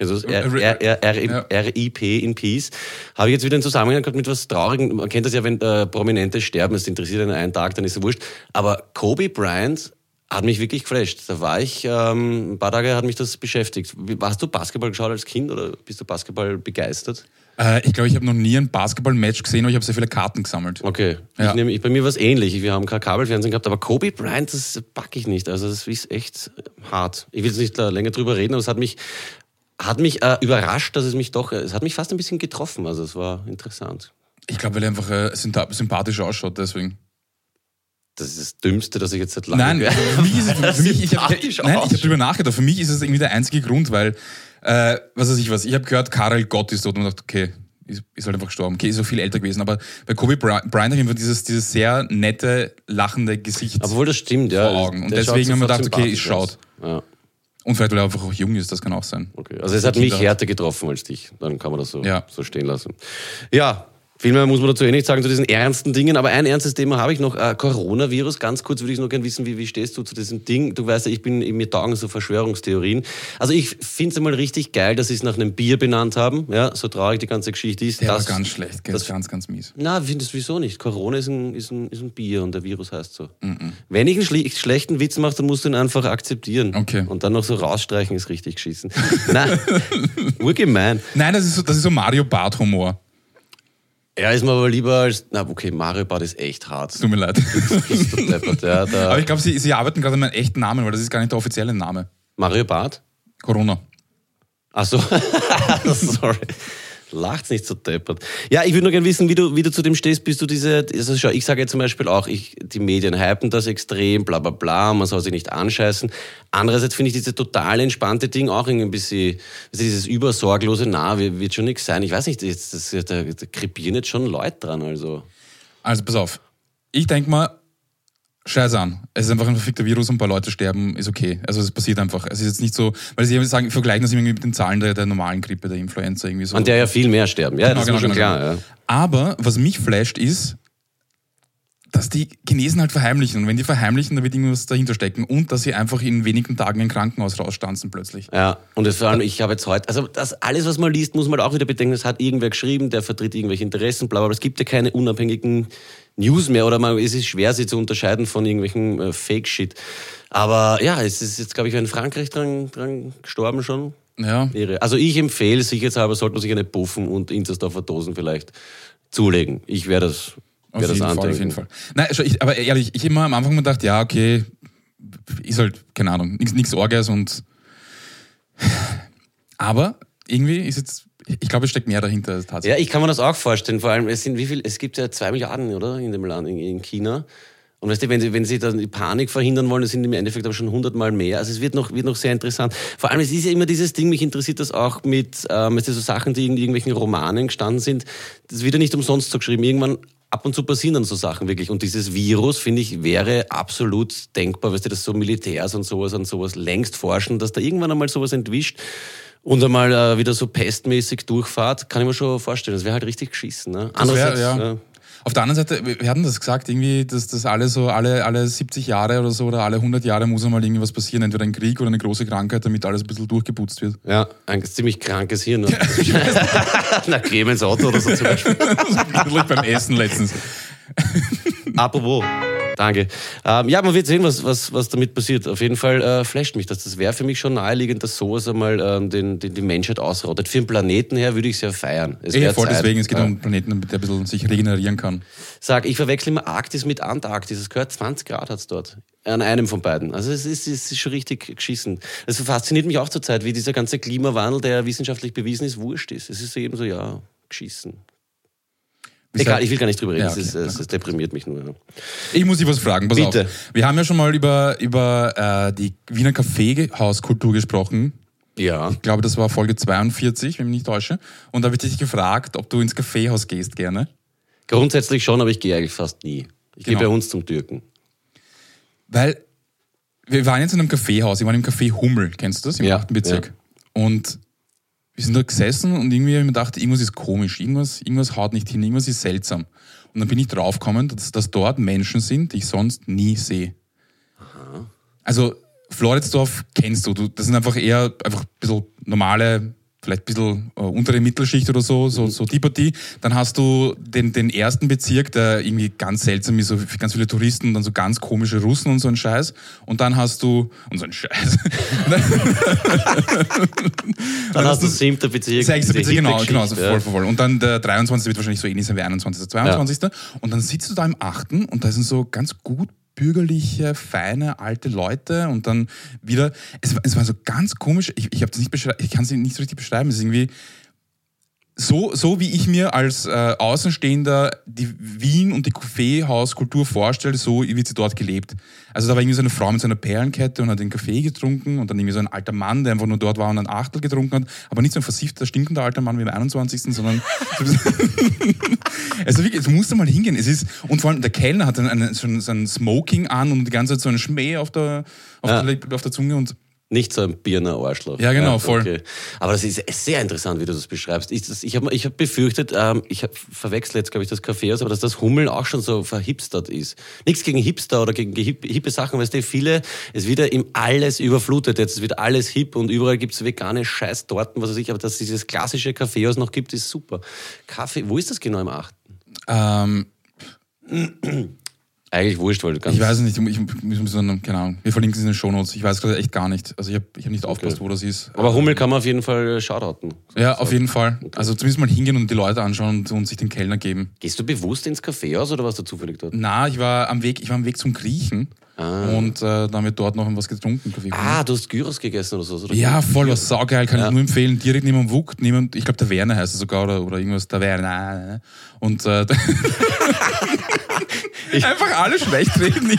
Speaker 1: Also das R-
Speaker 2: Äh,
Speaker 1: R- R-
Speaker 2: ja.
Speaker 1: R- RIP in Peace. Habe ich jetzt wieder einen Zusammenhang gehabt mit was Traurigem. Man kennt das ja, wenn äh, Prominente sterben, es interessiert einen einen Tag, dann ist es wurscht. Aber Kobe Bryant hat mich wirklich geflasht. Da war ich, ähm, ein paar Tage hat mich das beschäftigt. Wie- Hast du Basketball geschaut als Kind oder bist du Basketball begeistert?
Speaker 2: Äh, ich glaube, ich habe noch nie ein Basketball-Match gesehen, aber ich habe sehr viele Karten gesammelt.
Speaker 1: Okay,
Speaker 2: Ja.
Speaker 1: ich nehm, ich, bei mir war es ähnlich. Wir haben kein Kabelfernsehen gehabt, aber Kobe Bryant, das packe ich nicht. Also das ist echt hart. Ich will jetzt nicht da länger drüber reden, aber es hat mich, hat mich äh, überrascht, dass es mich doch, es hat mich fast ein bisschen getroffen. Also es war interessant.
Speaker 2: Ich glaube, weil er einfach äh, syntha- sympathisch ausschaut, deswegen.
Speaker 1: Das ist das Dümmste, das ich jetzt seit langem
Speaker 2: Nein,
Speaker 1: gehört habe.
Speaker 2: für mich ist es, für mich, ich habe
Speaker 1: Sympathisch
Speaker 2: hab
Speaker 1: aus.
Speaker 2: drüber nachgedacht. Für mich ist es irgendwie der einzige Grund, weil, äh, was weiß ich was, ich habe gehört, Karel Gott ist tot und dachte, okay, ist, ist halt einfach gestorben. Okay, ist auch viel älter gewesen, aber bei Kobe Bry- Bryant haben wir dieses, dieses sehr nette, lachende Gesicht.
Speaker 1: Obwohl das stimmt, ja.
Speaker 2: Vor Augen. Und
Speaker 1: Der schaut
Speaker 2: deswegen haben wir
Speaker 1: sofort
Speaker 2: gedacht, okay,
Speaker 1: sympathisch
Speaker 2: es
Speaker 1: aus. Ja,
Speaker 2: und vielleicht, weil er einfach auch jung ist, das kann auch sein.
Speaker 1: okay. Also es hat
Speaker 2: Der
Speaker 1: mich
Speaker 2: Kinder-
Speaker 1: härter getroffen als dich. Dann kann man das so,
Speaker 2: Ja.
Speaker 1: so stehen lassen. Ja, Viel mehr muss man dazu eh nicht sagen, zu diesen ernsten Dingen. Aber ein ernstes Thema habe ich noch. Äh, Coronavirus, ganz kurz würde ich nur gerne wissen, wie, wie stehst du zu diesem Ding? Du weißt ja, ich bin, mir taugen so Verschwörungstheorien. Also ich finde es einmal richtig geil, dass sie es nach einem Bier benannt haben. Ja, so traurig die ganze Geschichte ist.
Speaker 2: Der
Speaker 1: das,
Speaker 2: war ganz schlecht, gell?
Speaker 1: das-
Speaker 2: ganz, ganz mies.
Speaker 1: na, findest du wieso nicht? Corona ist ein, ist ein, ist ein Bier und der Virus heißt so. Wenn ich einen schle schlechten Witz mache, dann musst du ihn einfach akzeptieren.
Speaker 2: Okay.
Speaker 1: Und dann noch so rausstreichen ist richtig geschissen. [LAUGHS] Na, urgemein.
Speaker 2: Nein, das ist so, das ist so Mario Bart-Humor.
Speaker 1: Ja, ist mir aber lieber als. Na, okay, Mario Bart ist echt hart.
Speaker 2: Tut
Speaker 1: [LAUGHS]
Speaker 2: mir leid.
Speaker 1: Bist du deppert, ja,
Speaker 2: Aber
Speaker 1: da.
Speaker 2: ich glaube, sie, sie arbeiten gerade an meinem echten Namen, weil das ist gar nicht der offizielle Name.
Speaker 1: Mario Bart?
Speaker 2: Corona.
Speaker 1: Ach so. [LAUGHS] sorry. Lacht's nicht so deppert. Ja, ich würde nur gerne wissen, wie du, wie du zu dem stehst, bist du diese, also schau, ich sage jetzt zum Beispiel auch, ich, die Medien hypen das extrem, bla bla bla, man soll sich nicht anscheißen. Andererseits finde ich diese total entspannte Ding auch irgendwie ein bisschen, also dieses übersorglose, na, wir- wird schon nichts sein. Ich weiß nicht, jetzt, das, da, da krepieren jetzt schon Leute dran, also.
Speaker 2: Also pass auf. Ich denke mal, scheiß an. Es ist einfach ein verfickter Virus und ein paar Leute sterben, ist okay. Also es passiert einfach. Es ist jetzt nicht so, weil sie sagen, vergleichen das irgendwie mit den Zahlen der, der normalen Grippe, der Influenza irgendwie so.
Speaker 1: An der ja viel mehr sterben. Ja,
Speaker 2: Genau,
Speaker 1: das ist mir schon klar. Ja.
Speaker 2: Aber was mich flasht ist, dass die Chinesen halt verheimlichen. Und wenn die verheimlichen, dann wird irgendwas dahinter stecken. Und dass sie einfach in wenigen Tagen ein Krankenhaus rausstanzen plötzlich.
Speaker 1: Ja, und das vor allem, ich habe jetzt heute, also das alles, was man liest, muss man halt auch wieder bedenken, das hat irgendwer geschrieben, der vertritt irgendwelche Interessen, bla bla, aber es gibt ja keine unabhängigen News mehr oder man, es ist schwer, sie zu unterscheiden von irgendwelchen äh, Fake-Shit. Aber ja, es ist jetzt, glaube ich, in Frankreich dran, dran gestorben schon.
Speaker 2: Ja.
Speaker 1: Irre. Also ich empfehle, sicherheitshalber sollte man sich eine Puffen und Inzersdorfer Dosen vielleicht zulegen. Ich werde das,
Speaker 2: Auf
Speaker 1: werde das
Speaker 2: jeden Fall,
Speaker 1: andenken.
Speaker 2: auf jeden Fall. Nein, schau, ich, aber ehrlich, ich immer am Anfang mir gedacht, ja, okay, ist halt, keine Ahnung, nichts Orgas und. Aber irgendwie ist jetzt, ich glaube, es steckt mehr dahinter als
Speaker 1: Ja,
Speaker 2: tatsächlich.
Speaker 1: ich kann mir das auch vorstellen. Vor allem, es sind wie viel, es gibt ja zwei Milliarden, oder? In dem Land, in, in China. Und weißt du, wenn sie, wenn sie dann die Panik verhindern wollen, das sind im Endeffekt aber schon hundertmal mehr. Also es wird noch, wird noch sehr interessant. Vor allem, es ist ja immer dieses Ding, mich interessiert das auch mit, ähm, es sind so Sachen, die in irgendwelchen Romanen gestanden sind. Das wird ja nicht umsonst so geschrieben. Irgendwann ab und zu passieren dann so Sachen wirklich. Und dieses Virus, finde ich, wäre absolut denkbar, weißt du, dass so Militärs und sowas und sowas längst forschen, dass da irgendwann einmal sowas entwischt und einmal äh, wieder so pestmäßig durchfahrt, kann ich mir schon vorstellen. Das wäre halt richtig geschissen. Ne?
Speaker 2: Das wär-
Speaker 1: Andererseits,
Speaker 2: ja.
Speaker 1: ja.
Speaker 2: Auf der anderen Seite, wir wir hatten das gesagt, irgendwie, dass das alle so, alle, alle 70 Jahre oder so oder alle 100 Jahre muss einmal irgendwas passieren, entweder ein Krieg oder eine große Krankheit, damit alles ein bisschen durchgeputzt wird. [LAUGHS]
Speaker 1: Ja, ein ziemlich krankes Hirn. Ne? [LAUGHS] Na, Clemens Auto oder so zum Beispiel.
Speaker 2: Natürlich beim Essen letztens.
Speaker 1: Apropos. Danke. Ähm, ja, man wird sehen, was, was, was damit passiert. Auf jeden Fall äh, flasht mich das. Das wäre für mich schon naheliegend, dass sowas einmal ähm, den, den, die Menschheit ausrottet. Für den Planeten her würde ich es ja feiern. Es
Speaker 2: Ja,
Speaker 1: wär
Speaker 2: voll
Speaker 1: Zeit.
Speaker 2: deswegen, es geht
Speaker 1: Ja.
Speaker 2: um einen Planeten, der ein bisschen sich regenerieren kann.
Speaker 1: Sag, ich verwechsel immer Arktis mit Antarktis. Es gehört 20 Grad hat's dort. An einem von beiden. Also es ist, es ist schon richtig geschissen. Es fasziniert mich auch zur Zeit, wie dieser ganze Klimawandel, der ja wissenschaftlich bewiesen ist, wurscht ist. Es ist so eben so, ja, geschissen.
Speaker 2: Wie
Speaker 1: Egal,
Speaker 2: gesagt-
Speaker 1: ich will gar nicht drüber reden.
Speaker 2: halt- Ja, okay.
Speaker 1: es, ist, es, es deprimiert mich nur. Ja.
Speaker 2: Ich muss dich was fragen, pass
Speaker 1: Bitte.
Speaker 2: auf. Wir haben ja schon mal über, über äh, die Wiener Kaffeehauskultur gesprochen.
Speaker 1: ja.
Speaker 2: Ich glaube, das war Folge 42, wenn ich mich nicht täusche. Und da habe ich dich gefragt, ob du ins Kaffeehaus gehst gerne.
Speaker 1: Grundsätzlich schon, aber ich gehe eigentlich fast nie. Ich gehe
Speaker 2: Genau.
Speaker 1: bei uns zum Türken.
Speaker 2: Weil wir waren jetzt in einem Kaffeehaus, ich war im Café Hummel, kennst du das? Im
Speaker 1: Ja,
Speaker 2: 8. Bezirk. Und wir sind da gesessen und irgendwie habe ich mir gedacht, irgendwas ist komisch, irgendwas, irgendwas haut nicht hin, irgendwas ist seltsam. Und dann bin ich draufgekommen, dass, dass dort Menschen sind, die ich sonst nie sehe. Also Floridsdorf kennst du, du, das sind einfach eher einfach ein bisschen normale, vielleicht ein bisschen äh, untere Mittelschicht oder so, so, so die Partie. Dann hast du den, den ersten Bezirk, der irgendwie ganz seltsam ist, so f- ganz viele Touristen und dann so ganz komische Russen und so ein Scheiß. Und dann hast du, und so ein Scheiß, [LAUGHS]
Speaker 1: Dann hast du siebter Bezirk.
Speaker 2: Sechster
Speaker 1: diese
Speaker 2: Also Bezirk, genau,
Speaker 1: Hitlergeschichte,
Speaker 2: genau, also
Speaker 1: ja.
Speaker 2: voll, voll, voll. Und dann der 23. wird wahrscheinlich so ähnlich sein wie 21. 22. Und dann sitzt du da im 8. und da sind so ganz gut bürgerliche, feine, alte Leute und dann wieder, es, war- es war so ganz komisch, ich, ich, hab das nicht beschrei- ich kann es nicht so richtig beschreiben, es ist irgendwie so, so wie ich mir als äh, Außenstehender die Wien und die Kaffeehauskultur vorstelle, so wird sie dort gelebt. Also da war irgendwie so eine Frau mit so einer Perlenkette und hat den Kaffee getrunken und dann irgendwie so ein alter Mann, der einfach nur dort war und ein Achtel getrunken hat, aber nicht so ein versiffter, stinkender alter Mann wie im 21., sondern [LAUGHS] also wirklich, du musst da mal hingehen. Es ist, und vor allem der Kellner hat dann einen, so, ein, so ein Smoking an und die ganze Zeit so einen Schmäh auf der, auf, der, auf der Zunge und
Speaker 1: Nicht so ein Birner Arschloch.
Speaker 2: Ja, genau, voll.
Speaker 1: Aber das ist sehr interessant, wie du das beschreibst. Ich, das- ich habe ich hab befürchtet, ähm, ich hab, verwechsel jetzt, glaube ich, das Kaffeehaus, aber dass das Hummeln auch schon so verhipstert ist. Nichts gegen Hipster oder gegen hip, hippe Sachen, weißt du, viele, es wird ja im alles überflutet. Jetzt wird alles hip und überall gibt's vegane Scheißtorten, was weiß ich, aber dass es dieses klassische Kaffeehaus noch gibt, ist super. Kaffee, wo ist das genau im Achten?
Speaker 2: Ähm,
Speaker 1: Eigentlich wurscht, weil du kannst.
Speaker 2: ich weiß es nicht, ich, ich muss dann, keine Ahnung, wir verlinken es in den Shownotes. Ich weiß gerade echt gar nicht. Also ich habe ich hab nicht aufgepasst, wo das ist.
Speaker 1: Aber Hummel kann man auf jeden Fall äh, shoutouten.
Speaker 2: Ja, auf jeden Fall. Also zumindest mal hingehen und die Leute anschauen und, und sich den Kellner geben.
Speaker 1: Gehst du bewusst ins Kaffeehaus oder warst du zufällig dort?
Speaker 2: Na, ich war am Weg, ich war am Weg zum Griechen und äh, damit dort noch was getrunken. glaub ich.
Speaker 1: Ah, du hast Gyros gegessen oder so. Oder?
Speaker 2: Ja, voll was saugeil, kann ich nur empfehlen. Direkt neben dem Wucht, neben, ich glaube Taverne heißt es sogar oder, oder irgendwas Taverne. Und äh, [LAUGHS] einfach alle schlecht
Speaker 1: [LAUGHS]
Speaker 2: reden.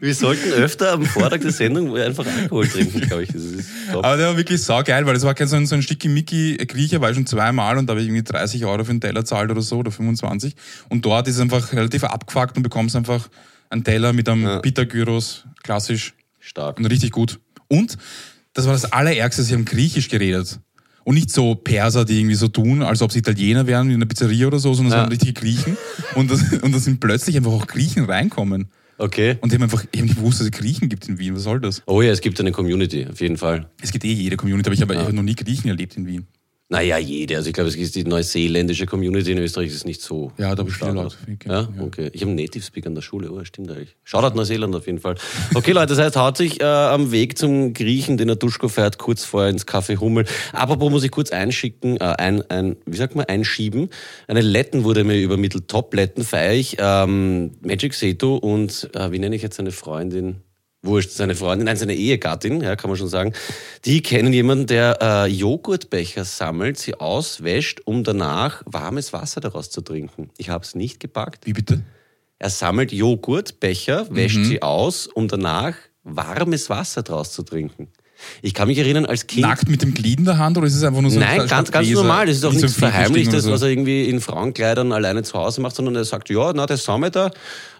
Speaker 1: Wir sollten öfter am Vortag der Sendung einfach Alkohol trinken,
Speaker 2: [LAUGHS]
Speaker 1: glaube ich. Das ist top.
Speaker 2: Aber der war wirklich saugeil, weil das war kein so ein, so ein Schickimicki-Griecher, war ich schon zweimal und da habe ich irgendwie 30 Euro für einen Teller zahlt oder so oder 25. Und dort ist es einfach relativ abgefuckt und bekommst einfach einen Teller mit einem Pita-Gyros, klassisch
Speaker 1: Stark.
Speaker 2: und richtig gut. Und das war das Allerärgste, sie haben Griechisch geredet. Und nicht so Perser, die irgendwie so tun, als ob sie Italiener wären in einer Pizzeria oder so, sondern es
Speaker 1: Ja.
Speaker 2: waren richtige Griechen. Und das, [LAUGHS] und da sind plötzlich einfach auch Griechen reinkommen.
Speaker 1: Okay.
Speaker 2: Und die haben einfach, ich habe nicht gewusst, dass es Griechen gibt in Wien. Was soll das?
Speaker 1: Oh ja, es gibt eine Community, auf jeden Fall.
Speaker 2: Es gibt eh jede Community, aber ich habe ich habe noch nie Griechen erlebt in Wien.
Speaker 1: Naja, jede. Also ich glaube, es gibt die neuseeländische Community in Österreich ist nicht so.
Speaker 2: Ja, da habe ich viele
Speaker 1: stark.
Speaker 2: Leute.
Speaker 1: Ja, okay. Ich habe einen Native Speaker an der Schule, oh, stimmt eigentlich. Shoutout Neuseeland auf jeden Fall. Okay, Leute, das heißt, haut sich äh, am Weg zum Griechen, den er Duschko fährt, kurz vorher ins Café Hummel. Apropos muss ich kurz einschicken, äh, ein, ein, wie sagt man, einschieben. Eine Letten wurde mir übermittelt, Top-Letten feiere ich, ähm, Magic Seto und, äh, wie nenne ich jetzt seine Freundin? Wurscht, seine Freundin, nein, seine Ehegattin, ja, kann man schon sagen. Die kennen jemanden, der äh, Joghurtbecher sammelt, sie auswäscht, um danach warmes Wasser daraus zu trinken. Ich habe es nicht gepackt.
Speaker 2: Wie bitte?
Speaker 1: Er sammelt Joghurtbecher, wäscht sie aus, um danach warmes Wasser draus zu trinken. Ich kann mich erinnern, als Kind.
Speaker 2: Nackt mit dem Glied in der Hand oder ist es einfach nur so
Speaker 1: Nein,
Speaker 2: ein
Speaker 1: ganz, ganz
Speaker 2: Gläser?
Speaker 1: normal. Das ist doch
Speaker 2: Nicht so
Speaker 1: nichts
Speaker 2: ein Fliegensting oder
Speaker 1: Verheimlichtes, also
Speaker 2: so.
Speaker 1: was er irgendwie in Frauenkleidern alleine zu Hause macht, sondern er sagt, ja, na, der sammelt da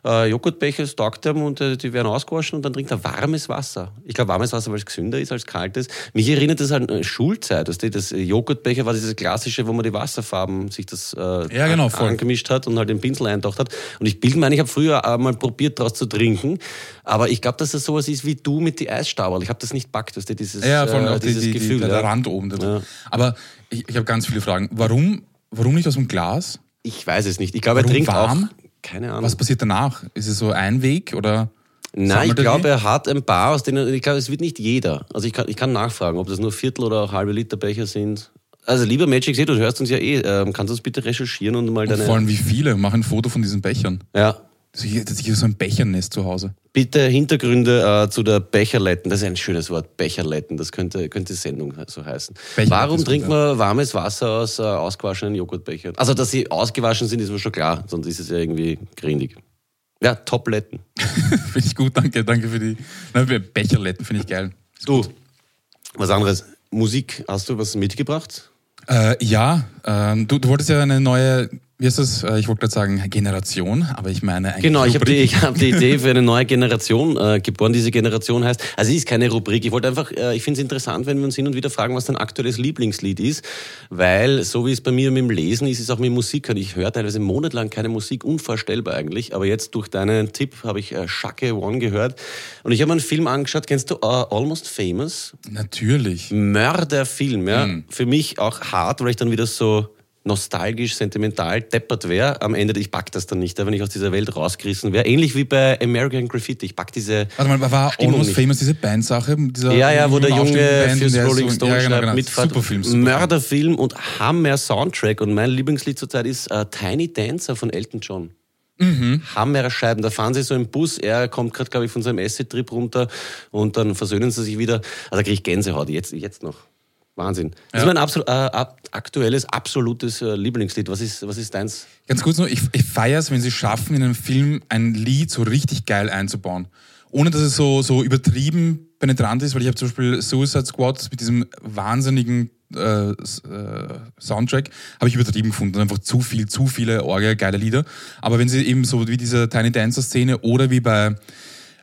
Speaker 1: äh, Joghurtbecher, das taugt ihm und äh, die werden ausgewaschen und dann trinkt er warmes Wasser. Ich glaube, warmes Wasser, weil es gesünder ist als kaltes. Mich erinnert das an äh, Schulzeit. Weißt du, das äh, Joghurtbecher war dieses klassische, wo man die Wasserfarben sich das äh,
Speaker 2: Ja, genau, voll.
Speaker 1: angemischt hat und halt den Pinsel eintaucht hat. Und ich bilde mir ein, ich habe früher äh, mal probiert, daraus zu trinken, aber ich glaube, dass das sowas ist wie du mit die Eisstaberl. Ich habe das nicht packt, weißt du, dieses,
Speaker 2: Ja, vor allem auch
Speaker 1: äh,
Speaker 2: die,
Speaker 1: dieses
Speaker 2: die,
Speaker 1: Gefühl.
Speaker 2: die, der,
Speaker 1: ja.
Speaker 2: der Rand oben. Der
Speaker 1: Ja.
Speaker 2: Aber ich, ich habe ganz viele Fragen. Warum, warum nicht aus dem Glas?
Speaker 1: Ich weiß es nicht. Ich glaube, er
Speaker 2: Warum
Speaker 1: trinkt
Speaker 2: warm?
Speaker 1: auch. Keine Ahnung.
Speaker 2: Was passiert danach? Ist es so ein Weg oder?
Speaker 1: Nein, ich
Speaker 2: sammelt er
Speaker 1: glaube,
Speaker 2: die?
Speaker 1: er hat ein paar, aus denen, ich glaube, es wird nicht jeder. Also ich kann, ich kann nachfragen, ob das nur Viertel oder auch halbe Liter Becher sind. Also lieber Magic See, du hörst uns ja eh. Ähm, kannst du das bitte recherchieren und mal deine.
Speaker 2: Vor allem wie viele machen ein Foto von diesen Bechern?
Speaker 1: ja.
Speaker 2: Also hier, das- hier ist so ein Bechernest zu Hause. [LAUGHS]
Speaker 1: Bitte Hintergründe äh, zu der Becherletten. Das ist ein schönes Wort, Becherletten. Das könnte, könnte die Sendung so heißen.
Speaker 2: Becherletten
Speaker 1: Warum
Speaker 2: ist gut,
Speaker 1: trinkt man warmes Wasser aus äh, ausgewaschenen Joghurtbechern? Also, dass sie ausgewaschen sind, ist mir schon klar. Sonst ist es ja irgendwie grindig. Ja, Topletten.
Speaker 2: finde ich gut, danke, danke für die. Nein, für Becherletten finde ich geil.
Speaker 1: Du, was anderes. Musik, hast du was mitgebracht?
Speaker 2: Äh, ja, ähm, du, du wolltest ja eine neue, wie heißt das? Äh, ich wollte gerade sagen Generation, aber ich meine eigentlich.
Speaker 1: Genau, ich habe die,
Speaker 2: Rubrik.
Speaker 1: ich hab die Idee für eine neue [LAUGHS] Generation äh, geboren. Diese Generation heißt, also es ist keine Rubrik. Ich wollte einfach, äh, ich finde es interessant, wenn wir uns hin und wieder fragen, was dein aktuelles Lieblingslied ist, weil so wie es bei mir mit dem Lesen ist, ist es auch mit Musik. hören. Ich höre teilweise monatelang keine Musik, unvorstellbar eigentlich. Aber jetzt durch deinen Tipp habe ich äh, Shake One gehört und ich habe einen Film angeschaut. Kennst du äh, Almost Famous? Hm.
Speaker 2: Natürlich. Mhm.
Speaker 1: Mörderfilm, ja. Für mich auch hart, weil ich dann wieder so nostalgisch, sentimental deppert wäre. Am Ende, ich pack das dann nicht, wenn ich aus dieser Welt rausgerissen wäre. Ähnlich wie bei American Graffiti. Ich pack diese.
Speaker 2: Warte mal, Also, war
Speaker 1: Stimmung
Speaker 2: Almost
Speaker 1: nicht.
Speaker 2: Famous diese Bandsache? Dieser
Speaker 1: Ja, ja, wo der
Speaker 2: aufstehenden
Speaker 1: Junge
Speaker 2: Band,
Speaker 1: fürs
Speaker 2: der ist
Speaker 1: Rolling
Speaker 2: so-
Speaker 1: Stone
Speaker 2: ja, genau,
Speaker 1: schreibt,
Speaker 2: genau.
Speaker 1: mitfährt.
Speaker 2: Super Film, super
Speaker 1: Mörderfilm und Hammer Soundtrack. Und mein Lieblingslied zurzeit ist äh, Tiny Dancer von Elton John.
Speaker 2: Mhm.
Speaker 1: Hammerer Scheiben. Da fahren sie so im Bus. Er kommt gerade, glaube ich, von seinem Acid-Trip runter und dann versöhnen sie sich wieder. Also da kriege ich Gänsehaut. Jetzt, jetzt noch. Wahnsinn. Das
Speaker 2: Ja.
Speaker 1: ist mein absol äh, ab aktuelles, absolutes äh, Lieblingslied. Was ist, was ist deins?
Speaker 2: Ganz kurz nur, ich, ich feiere es, wenn sie schaffen, in einem Film ein Lied so richtig geil einzubauen. Ohne dass es so, so übertrieben penetrant ist, weil ich habe zum Beispiel Suicide Squad mit diesem wahnsinnigen äh, S- äh, Soundtrack habe ich übertrieben gefunden. Einfach zu viel, zu viele orge geile Lieder. Aber wenn sie eben so wie diese Tiny Dancer Szene oder wie bei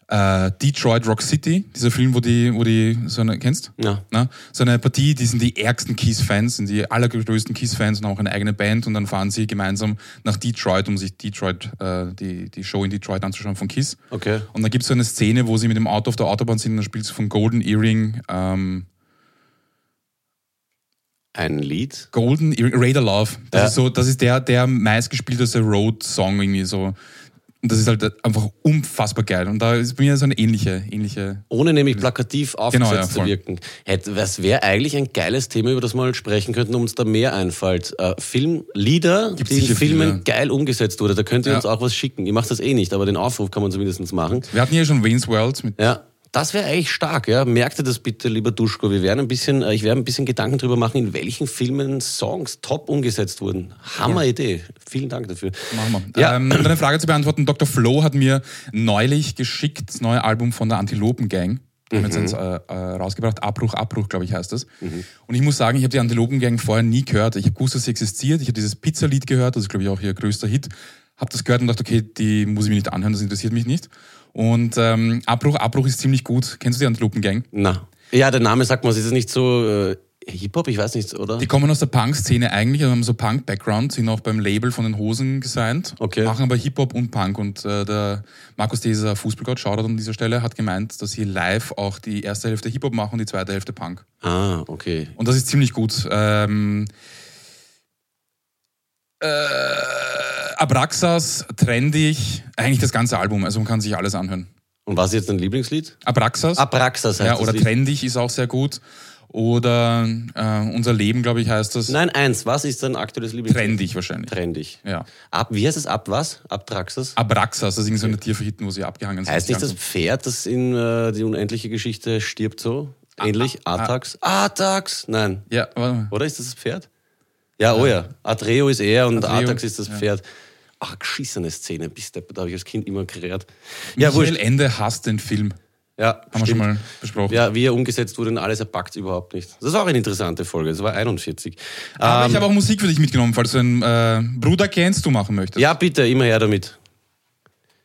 Speaker 2: äh, Detroit Rock City, dieser Film, wo die, wo die so eine, kennst?
Speaker 1: Ja.
Speaker 2: Na, ne? so eine Partie, die sind die ärgsten Kiss-Fans, sind die allergrößten Kiss-Fans und haben auch eine eigene Band und dann fahren sie gemeinsam nach Detroit, um sich Detroit, äh, die, die Show in Detroit anzuschauen von Kiss.
Speaker 1: Okay.
Speaker 2: Und dann gibt es so eine Szene, wo sie mit dem Auto auf der Autobahn sind und dann spielst du von Golden Earring, ähm,
Speaker 1: Ein Lied?
Speaker 2: Golden Earring, Radar Love. Das
Speaker 1: Ja.
Speaker 2: ist so, das ist der, der meistgespielteste Road-Song irgendwie so. Und das ist halt einfach unfassbar geil. Und da ist bei mir so eine ähnliche, ähnliche.
Speaker 1: Ohne nämlich plakativ aufgesetzt
Speaker 2: Genau, ja,
Speaker 1: zu
Speaker 2: voll.
Speaker 1: wirken. Hätte, das wäre eigentlich ein geiles Thema, über das wir mal sprechen könnten, um uns da mehr einfällt. Äh, Filmlieder,
Speaker 2: Gibt's
Speaker 1: die in
Speaker 2: sicher
Speaker 1: Filmen
Speaker 2: viele.
Speaker 1: geil umgesetzt wurde. Da könnt ihr
Speaker 2: Ja.
Speaker 1: uns auch was schicken. Ihr macht das eh nicht, aber den Aufruf kann man zumindest machen.
Speaker 2: Wir hatten ja schon Wayne's World mit
Speaker 1: Ja, das wäre eigentlich stark. Ja. Merkt ihr das bitte, lieber Duschko. Wir werden ein bisschen, äh, ich werde ein bisschen Gedanken darüber machen, in welchen Filmen Songs top umgesetzt wurden. Hammer Idee. Vielen Dank dafür.
Speaker 2: Machen wir.
Speaker 1: Ja.
Speaker 2: Ähm, um deine Frage zu beantworten, Dr. Flo hat mir neulich geschickt das neue Album von der Antilopen Gang. Die haben jetzt eins, äh, äh, rausgebracht. Abbruch, Abbruch, glaube ich, heißt das. Und ich muss sagen, ich habe die Antilopen Gang vorher nie gehört. Ich habe gewusst, dass sie existiert. Ich habe dieses Pizza-Lied gehört. Das ist, glaube ich, auch ihr größter Hit. Habe das gehört und dachte, okay, die muss ich mir nicht anhören. Das interessiert mich nicht. Und ähm, Abbruch, Abbruch ist ziemlich gut. Kennst du die Antilopen Gang?
Speaker 1: Na. Ja, der Name sagt man, es ist nicht so äh, Hip-Hop, ich weiß nicht, oder?
Speaker 2: Die kommen aus der Punk-Szene eigentlich, also haben so Punk-Background, sind auch beim Label von den Hosen gesigned,
Speaker 1: Okay.
Speaker 2: machen aber Hip-Hop und Punk. Und äh, der Markus Deser, Fußballgott, Shoutout an dieser Stelle, hat gemeint, dass sie live auch die erste Hälfte Hip-Hop machen und die zweite Hälfte Punk.
Speaker 1: Ah, okay.
Speaker 2: Und das ist ziemlich gut. Ähm, äh, Abraxas, Trendig, eigentlich das ganze Album, also man kann sich alles anhören.
Speaker 1: Und was ist jetzt dein Lieblingslied?
Speaker 2: Abraxas,
Speaker 1: Abraxas heißt
Speaker 2: ja,
Speaker 1: das
Speaker 2: oder
Speaker 1: Lied.
Speaker 2: Trendig ist auch sehr gut. Oder äh, Unser Leben, glaube ich, heißt das.
Speaker 1: Nein, eins. Was ist dein aktuelles Lieblingslied?
Speaker 2: Trendig wahrscheinlich.
Speaker 1: Trendig.
Speaker 2: Ja.
Speaker 1: Ab, wie heißt es? Ab was? Abraxas?
Speaker 2: Abraxas, das ist irgend so eine Tierverhitten, wo sie abgehangen sind.
Speaker 1: Heißt nicht das
Speaker 2: Ganze.
Speaker 1: Pferd, das in äh, die unendliche Geschichte stirbt so? Ähnlich? Atax? Atax! Nein.
Speaker 2: Ja, warte mal.
Speaker 1: Oder ist das das Pferd? Ja, oh ja. Atreo ist er und
Speaker 2: Atreo,
Speaker 1: Atax ist das
Speaker 2: ja.
Speaker 1: Pferd. Ach, geschissene Szene. Bis da habe ich als Kind immer gerät. Ja,
Speaker 2: Ja,
Speaker 1: wurscht.
Speaker 2: Michael Ende hasst den Film.
Speaker 1: Ja,
Speaker 2: Haben wir schon
Speaker 1: stimmt.
Speaker 2: mal besprochen.
Speaker 1: Ja, wie er umgesetzt wurde und alles, er packt überhaupt nicht. Das war auch eine interessante Folge. Das war 41.
Speaker 2: Aber
Speaker 1: Ähm,
Speaker 2: ich habe auch Musik für dich mitgenommen, falls du einen äh, Bruder kennst, du machen möchtest.
Speaker 1: ja, bitte, immer her damit.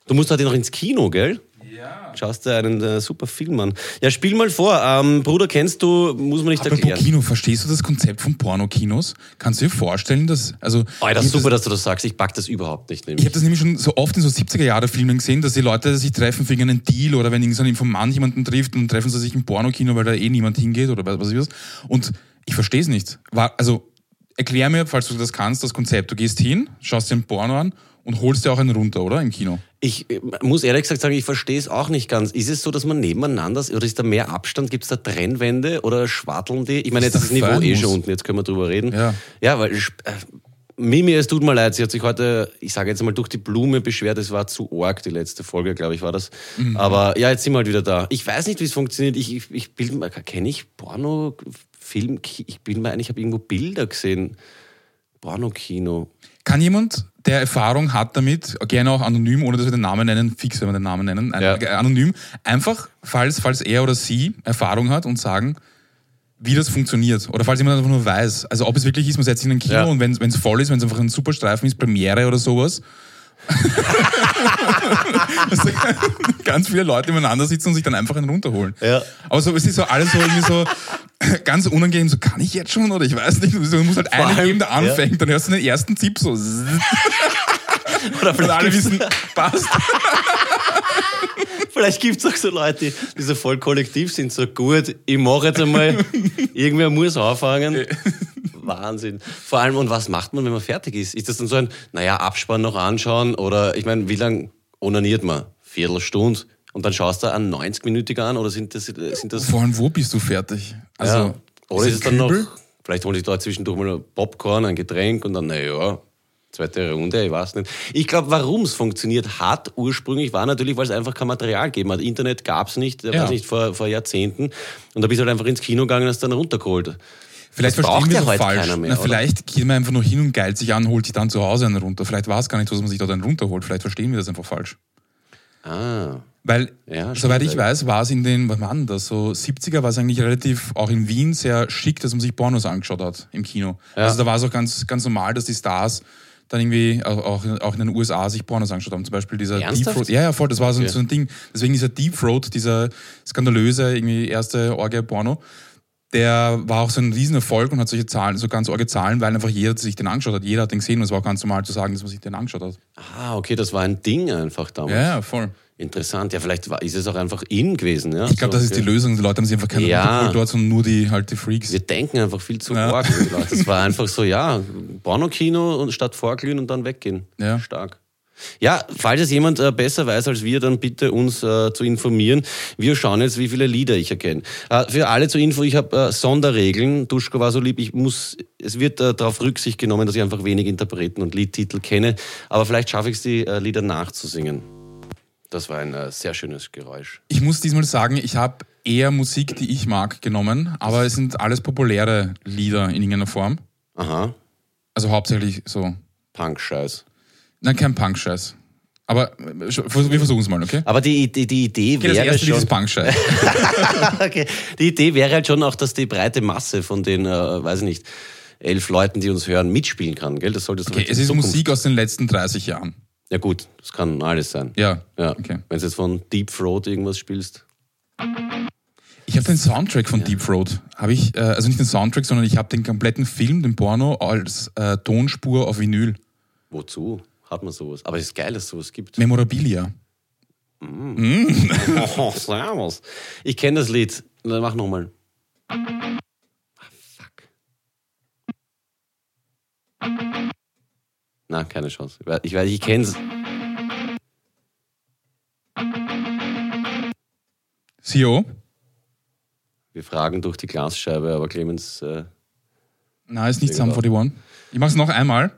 Speaker 1: Du musst halt noch ins Kino, gell?
Speaker 2: ja.
Speaker 1: Schaust dir einen äh, super Film an. Ja, spiel mal vor. Ähm, Bruder, kennst du, muss man nicht
Speaker 2: Apropos
Speaker 1: erklären.
Speaker 2: Kino, verstehst du das Konzept von Pornokinos? Kannst du dir vorstellen, dass. Also,
Speaker 1: Oh, das
Speaker 2: ich
Speaker 1: ist
Speaker 2: hab
Speaker 1: super, dass du das sagst. Ich pack das überhaupt nicht.
Speaker 2: Ich
Speaker 1: Nämlich.
Speaker 2: habe das nämlich schon so oft in so 70er-Jahre-Filmen gesehen, dass die Leute sich treffen für irgendeinen Deal oder wenn irgend so ein Informant jemanden trifft und treffen sie sich im Pornokino, weil da eh niemand hingeht oder was weiß ich was. Und ich verstehe es nicht. War, also erklär mir, falls du das kannst, das Konzept. Du gehst hin, schaust dir einen Porno an und holst dir auch einen runter, oder? Im Kino.
Speaker 1: Ich äh, muss ehrlich gesagt sagen, ich verstehe es auch nicht ganz. Ist es so, dass man nebeneinander, oder ist da mehr Abstand? Gibt es da Trennwände oder schwarteln die? Ich meine, jetzt
Speaker 2: Ist
Speaker 1: ist das
Speaker 2: doch
Speaker 1: Niveau
Speaker 2: fein,
Speaker 1: eh
Speaker 2: muss.
Speaker 1: schon unten, jetzt können wir drüber reden.
Speaker 2: Ja.
Speaker 1: ja weil sp- äh, Mimi, es tut mir leid, sie hat sich heute, ich sage jetzt mal, durch die Blume beschwert, es war zu arg, die letzte Folge, glaube ich, war das. Aber ja, jetzt sind wir halt wieder da. Ich weiß nicht, wie es funktioniert. Ich, ich, ich bilde mir, kenne ich Porno, Film, Ki- ich bilde mir ein, ich habe irgendwo Bilder gesehen. Porno-Kino.
Speaker 2: Kann jemand, der Erfahrung hat damit, gerne auch anonym, ohne dass wir den Namen nennen, fix, wenn wir den Namen nennen, ein,
Speaker 1: Ja.
Speaker 2: äh, anonym, einfach, falls, falls er oder sie Erfahrung hat und sagen, wie das funktioniert. Oder falls jemand einfach nur weiß. Also ob es wirklich ist, man setzt sich in ein Kino
Speaker 1: Ja.
Speaker 2: und wenn es voll ist, wenn es einfach ein Superstreifen ist, Premiere oder
Speaker 1: [LAUGHS]
Speaker 2: sowas. [LAUGHS] Dass da ganz viele Leute nebeneinander sitzen und sich dann einfach einen runterholen.
Speaker 1: Ja.
Speaker 2: Aber so, es ist so alles so irgendwie
Speaker 1: [LAUGHS]
Speaker 2: so ganz unangenehm, so kann ich jetzt schon oder ich weiß nicht. Du musst halt einen
Speaker 1: allem,
Speaker 2: geben, der
Speaker 1: ja.
Speaker 2: anfängt, dann hörst du den ersten Tipp so.
Speaker 1: [LAUGHS]
Speaker 2: zzz.
Speaker 1: Oder
Speaker 2: Und alle
Speaker 1: gibt's-
Speaker 2: wissen, passt.
Speaker 1: Vielleicht gibt es auch so Leute, die so voll kollektiv sind, so gut, ich mache jetzt einmal, irgendwer muss anfangen. Wahnsinn. Vor allem, und was macht man, wenn man fertig ist? Ist das dann so ein, naja, Abspann noch anschauen oder, ich meine, wie lange onaniert man? Viertelstunde? Und dann schaust du einen 90-Minütiger an oder sind das, sind das
Speaker 2: Vor allem, wo bist du fertig? Also,
Speaker 1: ja. Oder ist es dann noch,
Speaker 2: Kübel?
Speaker 1: vielleicht hole ich da zwischendurch mal Popcorn, ein Getränk und dann, naja, zweite Runde, ich weiß nicht. Ich glaube, warum es funktioniert hat ursprünglich, war natürlich, weil es einfach kein Material gegeben hat. Internet gab es nicht, äh,
Speaker 2: Ja.
Speaker 1: weiß nicht vor, vor Jahrzehnten. Und da bist du halt einfach ins Kino gegangen und hast dann runtergeholt.
Speaker 2: Vielleicht
Speaker 1: Das braucht ja
Speaker 2: verstehen wir es auch
Speaker 1: heute
Speaker 2: falsch.
Speaker 1: keiner mehr,
Speaker 2: Na,
Speaker 1: oder?
Speaker 2: vielleicht geht man einfach nur hin und geilt sich an, holt sich dann zu Hause einen runter. Vielleicht war es gar nicht so, dass man sich dort einen runterholt. Vielleicht verstehen wir das einfach falsch.
Speaker 1: Ah,
Speaker 2: Weil,
Speaker 1: Ja,
Speaker 2: soweit ich
Speaker 1: stimmt.
Speaker 2: weiß, war es in den, wann waren das? So 70er war es eigentlich relativ, auch in Wien, sehr schick, dass man sich Pornos angeschaut hat im Kino. Also da war es auch ganz, ganz normal, dass die Stars dann irgendwie auch, auch, in- auch in den USA sich Pornos angeschaut haben. Zum Beispiel dieser
Speaker 1: Ernsthaft?
Speaker 2: Deep Throat. Ja, ja, voll, das war so, ein-
Speaker 1: Okay.
Speaker 2: so ein Ding. Deswegen dieser Deep Throat, dieser skandalöse irgendwie erste Orge-Porno, der war auch so ein Riesenerfolg und hat solche Zahlen, so ganz orge Zahlen, weil einfach jeder sich den angeschaut hat. Jeder hat den gesehen und es war auch ganz normal zu sagen, dass man sich den angeschaut hat.
Speaker 1: Ah, okay, das war ein Ding einfach damals.
Speaker 2: Ja, ja, voll.
Speaker 1: Interessant. Ja, vielleicht war, ist es auch einfach in gewesen. Ja?
Speaker 2: Ich glaube, das ist die Lösung. Die Leute haben sich einfach keine
Speaker 1: Ja.
Speaker 2: Kultur, sondern nur die halt die Freaks.
Speaker 1: Wir denken einfach viel zu
Speaker 2: Ja.
Speaker 1: arg. Das war einfach so, ja, Pornokino und statt vorglühen und dann weggehen.
Speaker 2: Ja.
Speaker 1: Stark. Ja, falls es jemand äh, besser weiß als wir, dann bitte uns äh, zu informieren. Wir schauen jetzt, wie viele Lieder ich erkenne. Äh, für alle zur Info, ich habe äh, Sonderregeln. Duschko war so lieb, ich muss, es wird äh, darauf Rücksicht genommen, dass ich einfach wenig Interpreten und Liedtitel kenne. Aber vielleicht schaffe ich es, die äh, Lieder nachzusingen. Das war ein äh, sehr schönes Geräusch.
Speaker 2: Ich muss diesmal sagen, ich habe eher Musik, die ich mag, genommen, aber es sind alles populäre Lieder in irgendeiner Form.
Speaker 1: Aha,
Speaker 2: Also hauptsächlich so.
Speaker 1: Punk-Scheiß.
Speaker 2: Nein, kein Punk-Scheiß. Aber äh, sch- wir versuchen es mal, okay?
Speaker 1: Aber die, die, die Idee
Speaker 2: Okay, das
Speaker 1: wäre
Speaker 2: erste Lied
Speaker 1: schon... [LAUGHS]
Speaker 2: ist Punk-Scheiß.
Speaker 1: okay. Die Idee wäre halt schon auch, dass die breite Masse von den, äh, weiß ich nicht, elf Leuten, die uns hören, mitspielen kann, gell? Das solltest du halt
Speaker 2: Okay, es ist Musik aus den letzten 30 Jahren.
Speaker 1: Ja gut, das kann alles sein.
Speaker 2: Ja.
Speaker 1: Ja.
Speaker 2: Okay.
Speaker 1: Wenn du jetzt von Deep Throat irgendwas spielst.
Speaker 2: Ich habe den Soundtrack von Deep Road, habe ich, äh, also nicht den Soundtrack, sondern ich habe den kompletten Film, den Porno, als äh, Tonspur auf Vinyl.
Speaker 1: Wozu hat man sowas? Aber es ist geil, dass es sowas gibt.
Speaker 2: Memorabilia.
Speaker 1: [LAUGHS] oh, servus. Ich kenne das Lied. Dann mach nochmal. Ah, fuck. Na, keine Chance. Ich weiß- Ich weiß, ich kenn's.
Speaker 2: CEO?
Speaker 1: Wir fragen durch die Glasscheibe, aber Clemens... Äh,
Speaker 2: Nein, ist nicht Sum
Speaker 1: Egal.
Speaker 2: 41. Ich mache es noch einmal.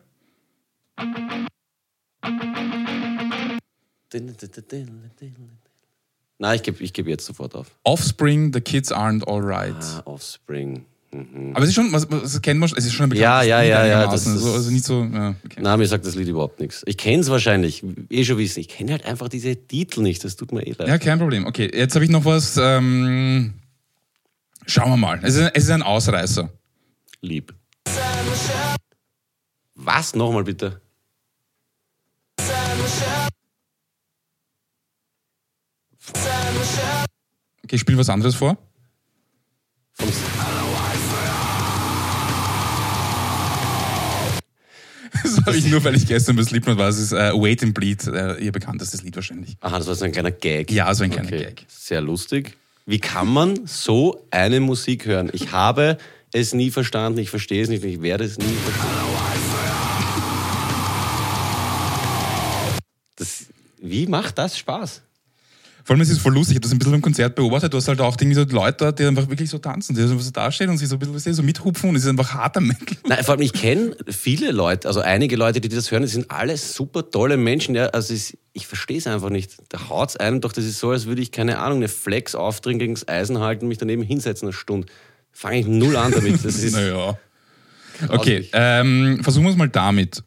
Speaker 1: Na, ich gebe ich geb jetzt sofort auf.
Speaker 2: Offspring, The Kids Aren't Alright.
Speaker 1: Ah, Offspring. Mhm.
Speaker 2: Aber es ist schon, was, was das kennt man, schon, es ist schon ein
Speaker 1: Ja,
Speaker 2: bekanntes
Speaker 1: ja,
Speaker 2: Lied
Speaker 1: ja, ja,
Speaker 2: einigermaßen.
Speaker 1: das ist-
Speaker 2: also, also nicht so, ja, okay.
Speaker 1: Na, mir sagt das Lied überhaupt nichts. Ich kenne es wahrscheinlich, eh schon wissen. Ich kenne halt einfach diese Titel nicht, das tut mir eh leid.
Speaker 2: ja, kein Problem. Okay, jetzt habe ich noch was. Ähm, schauen wir mal. Es ist, es ist ein Ausreißer.
Speaker 1: Lieb. Was? Nochmal bitte.
Speaker 2: Okay, ich spiele was anderes vor.
Speaker 1: Vom
Speaker 2: [LAUGHS]
Speaker 1: S-
Speaker 2: Das habe ich nur, weil ich gestern bei Slipknot war. Es ist äh, Wait and Bleed, äh, ihr bekanntestes Lied wahrscheinlich.
Speaker 1: Aha, das war so ein kleiner Gag.
Speaker 2: Ja, so ein kleiner
Speaker 1: Okay.
Speaker 2: Gag.
Speaker 1: Sehr lustig. Wie kann man so eine Musik hören? Ich habe es nie verstanden, ich verstehe es nicht, ich werde es nie verstehen. Das, wie macht das Spaß?
Speaker 2: Vor allem, es ist voll lustig. Ich habe das ein bisschen im Konzert beobachtet. Du hast halt auch irgendwie so Leute, da, die einfach wirklich so tanzen, die einfach so dastehen und sich so ein bisschen weißt du, so mithupfen und es ist einfach harter Metal.
Speaker 1: Nein, vor allem, ich kenne viele Leute, also einige Leute, die das hören, das sind alles super tolle Menschen. Ja, also es, ich verstehe es einfach nicht. Da haut es einem doch, das ist so, als würde ich, keine Ahnung, eine Flex aufdringen, gegen das Eisen halten, mich daneben hinsetzen eine Stunde. Fange ich null an damit. [LAUGHS] Das ist,
Speaker 2: Naja. Okay, ähm, versuchen wir es mal damit.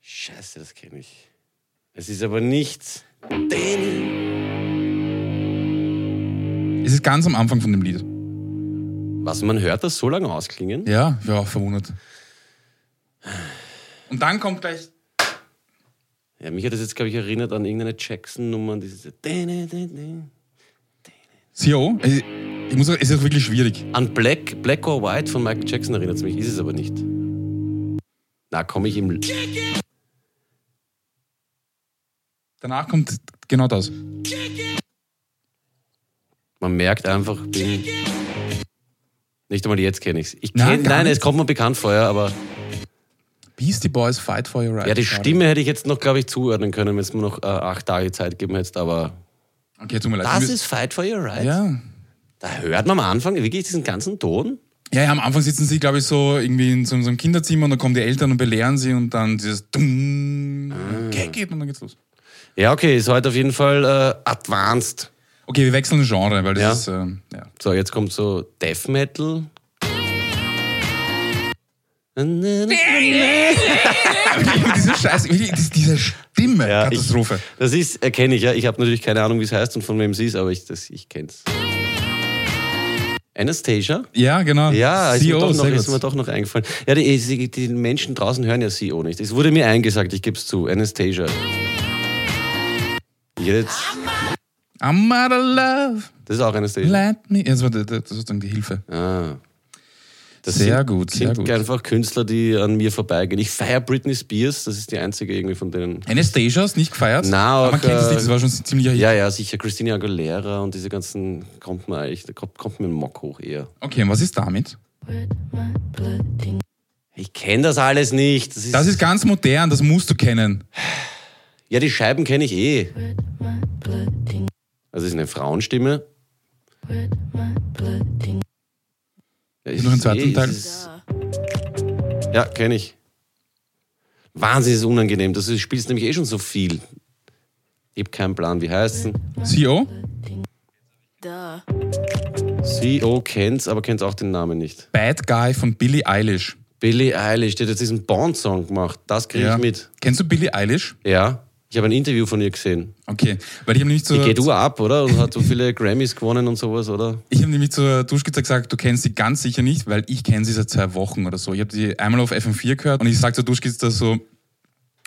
Speaker 1: Scheiße, das kenne ich. Es ist aber nicht. Danny.
Speaker 2: Es ist ganz am Anfang von dem Lied.
Speaker 1: Was, man hört das so lange ausklingen?
Speaker 2: Ja, ich war auch verwundert. Und dann kommt gleich.
Speaker 1: Ja, mich hat das jetzt, glaube ich, erinnert an irgendeine Jackson-Nummer. diese- Danny, Danny.
Speaker 2: CEO, äh, ich muss sagen, es ist wirklich schwierig.
Speaker 1: An Black, Black or White von Michael Jackson erinnert es mich, ist es aber nicht. Na, komme ich im.
Speaker 2: Danach kommt genau das.
Speaker 1: Man merkt einfach, bin. Nicht einmal jetzt kenne ich's. ich es.
Speaker 2: Nein,
Speaker 1: Nein,
Speaker 2: gar
Speaker 1: nein
Speaker 2: nicht.
Speaker 1: es kommt mir bekannt vor, ja, aber.
Speaker 2: Beastie Boys Fight for Your Right.
Speaker 1: Ja, die
Speaker 2: Schade.
Speaker 1: Stimme hätte ich jetzt noch, glaube ich, zuordnen können, wenn es mir noch äh, acht Tage Zeit gegeben hättest, aber.
Speaker 2: Okay, tut mir leid.
Speaker 1: Das
Speaker 2: Wir-
Speaker 1: ist Fight for Your Right.
Speaker 2: ja.
Speaker 1: Da hört man am Anfang wirklich diesen ganzen Ton.
Speaker 2: ja, ja, am Anfang sitzen sie, glaube ich, so irgendwie in so, so einem Kinderzimmer und dann kommen die Eltern und belehren sie und dann dieses Dumm,
Speaker 1: Ah.
Speaker 2: Kick it und dann geht's los.
Speaker 1: Ja, okay, ist heute auf jeden Fall äh, advanced.
Speaker 2: Okay, wir wechseln das Genre, weil das
Speaker 1: Ja.
Speaker 2: ist, äh, ja.
Speaker 1: So, jetzt kommt so Death Metal.
Speaker 2: Und diese Scheiße, wirklich, das- diese Stimme,
Speaker 1: Ja, ich-
Speaker 2: Katastrophe.
Speaker 1: Das ist, äh, erkenne ich, ja. Ich habe natürlich keine Ahnung, wie es heißt und von wem es ist, aber ich, das, ich kenn's. Anastasia?
Speaker 2: Ja, genau.
Speaker 1: Ja, ist, mir
Speaker 2: CEO,
Speaker 1: doch noch,
Speaker 2: sehr
Speaker 1: ist
Speaker 2: gut.
Speaker 1: mir doch noch eingefallen. Ja, die, die, die Menschen draußen hören ja CEO nicht. Es wurde mir eingesagt, ich gebe es zu. Anastasia. Jetzt.
Speaker 2: I'm out of love,
Speaker 1: Das ist auch Anastasia.
Speaker 2: let me. Jetzt war das das ist sozusagen die Hilfe.
Speaker 1: Ah. Das
Speaker 2: Sehr
Speaker 1: sind,
Speaker 2: gut, sehr
Speaker 1: sind
Speaker 2: gut.
Speaker 1: einfach Künstler, die an mir vorbeigehen. Ich feiere Britney Spears, das ist die einzige irgendwie von denen.
Speaker 2: Anastasia ist nicht gefeiert.
Speaker 1: Na,
Speaker 2: aber man
Speaker 1: auch,
Speaker 2: kennt das
Speaker 1: äh,
Speaker 2: Lied, das war schon ein ziemlicher Hit.
Speaker 1: Ja, ja, sicher. Christina Aguilera und diese ganzen kommt mir eigentlich, da kommt, kommt mir ein Mock hoch eher.
Speaker 2: Okay, und was ist damit?
Speaker 3: Red, my blood in
Speaker 1: Ich kenne das alles nicht. Das ist,
Speaker 2: Das ist ganz modern, das musst du kennen.
Speaker 1: ja, die Scheiben kenne ich eh.
Speaker 3: red, my blood in
Speaker 1: Also es ist eine Frauenstimme.
Speaker 3: red, my blood in
Speaker 1: Ja,
Speaker 2: Noch einen zweiten Teil?
Speaker 1: Ist, ja, kenne ich. Wahnsinnig ist unangenehm. Das ist, spielst nämlich eh schon so viel. Ich habe keinen Plan, wie heißen.
Speaker 2: CEO?
Speaker 3: Duh.
Speaker 1: CEO kennt's, aber kennt auch den Namen nicht.
Speaker 2: Bad Guy von Billie Eilish.
Speaker 1: Billie Eilish, die hat jetzt diesen Bond-Song gemacht. Das kriege
Speaker 2: Ja.
Speaker 1: ich mit.
Speaker 2: Kennst du Billie Eilish?
Speaker 1: Ja. Ich habe ein Interview von ihr gesehen.
Speaker 2: Okay, weil ich habe nämlich,
Speaker 1: Die
Speaker 2: zur-
Speaker 1: geht ur ab, oder? Und hat so viele Grammys gewonnen und sowas, oder?
Speaker 2: ich hab nämlich zur Duschkizze gesagt, du kennst sie ganz sicher nicht, weil ich kenne sie seit zwei Wochen oder so. Ich habe die einmal auf FM4 gehört und ich sage zur Duschkizze so,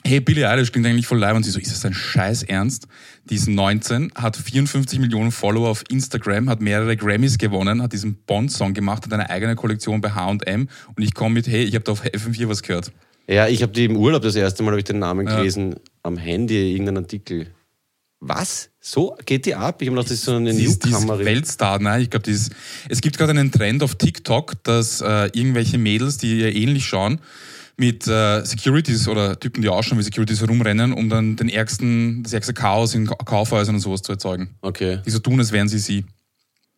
Speaker 2: hey, Billie Eilish klingt eigentlich voll live. Und sie so, ist das dein Scheiß Ernst? Die ist 19, hat 54 Millionen Follower auf Instagram, hat mehrere Grammys gewonnen, hat diesen Bond-Song gemacht, hat eine eigene Kollektion bei H&M und ich komme mit, hey, ich habe da auf FM4 was gehört.
Speaker 1: Ja, ich habe die im Urlaub das erste Mal, habe ich den Namen
Speaker 2: Ja.
Speaker 1: gelesen, am Handy, irgendein Artikel. Was? So geht die ab? Ich habe gedacht, das ist so eine
Speaker 2: Sie ist, die ist
Speaker 1: Newcomerin.
Speaker 2: Weltstar, ne? Ich glaube, es gibt gerade einen Trend auf TikTok, dass äh, irgendwelche Mädels, die ihr ähnlich schauen, mit äh, Securities oder Typen, die ausschauen wie Securities herumrennen, um dann den ärgsten, das ärgste Chaos in Ka- Kaufhäusern und sowas zu erzeugen.
Speaker 1: Okay.
Speaker 2: Die so tun, als wären sie sie.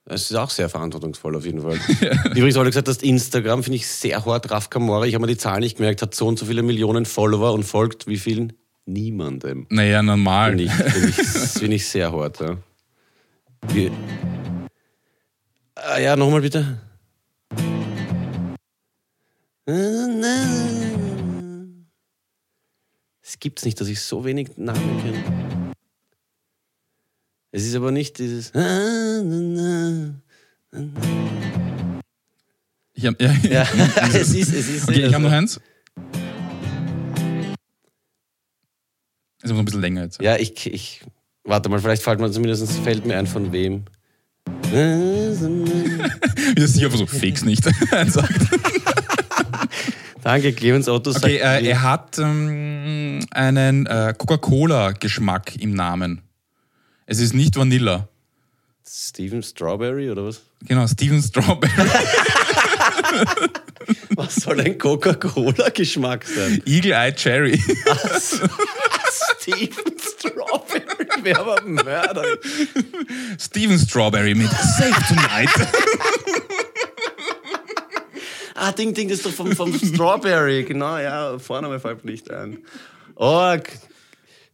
Speaker 1: Es ist auch sehr verantwortungsvoll auf jeden
Speaker 2: [LAUGHS]
Speaker 1: Fall. Übrigens, weil du gesagt hast, Instagram finde ich sehr hart. Raf Kamora, ich habe mir die Zahl nicht gemerkt, hat so und so viele Millionen Follower und folgt wie vielen? Niemandem.
Speaker 2: Naja, normal.
Speaker 1: Finde ich, finde ich, finde ich sehr hart. Ja, wie, ah, ja nochmal bitte. Es gibt's nicht, dass ich so wenig Namen kenne. Es ist aber nicht dieses.
Speaker 2: [LAUGHS] Ich hab, ja,
Speaker 1: Ja, [LAUGHS] es ist, es ist. also
Speaker 2: Okay, ich habe noch eins. Ist aber noch ein bisschen länger [LAUGHS] jetzt.
Speaker 1: Ja, ich, ich. Warte mal, vielleicht fällt mir zumindest fällt mir ein, von wem.
Speaker 2: Wie das sich einfach so fix nicht [LAUGHS] sagt.
Speaker 1: Danke, Clemens Otto. sagt-
Speaker 2: Okay, äh, er hat ähm, einen äh, Coca-Cola-Geschmack im Namen. Es ist nicht Vanilla.
Speaker 1: Steven Strawberry oder was?
Speaker 2: Genau, Steven Strawberry.
Speaker 1: [LAUGHS] Was soll ein Coca-Cola-Geschmack sein?
Speaker 2: Eagle-Eye
Speaker 1: [LAUGHS]
Speaker 2: Cherry.
Speaker 1: Steven Strawberry, wer aber Mörder.
Speaker 2: Steven Strawberry mit Save
Speaker 1: [LAUGHS]
Speaker 2: Tonight.
Speaker 1: Ah, Ding Ding, das ist doch vom, vom Strawberry, genau, ja, Vorname fällt mir nicht ein. Org.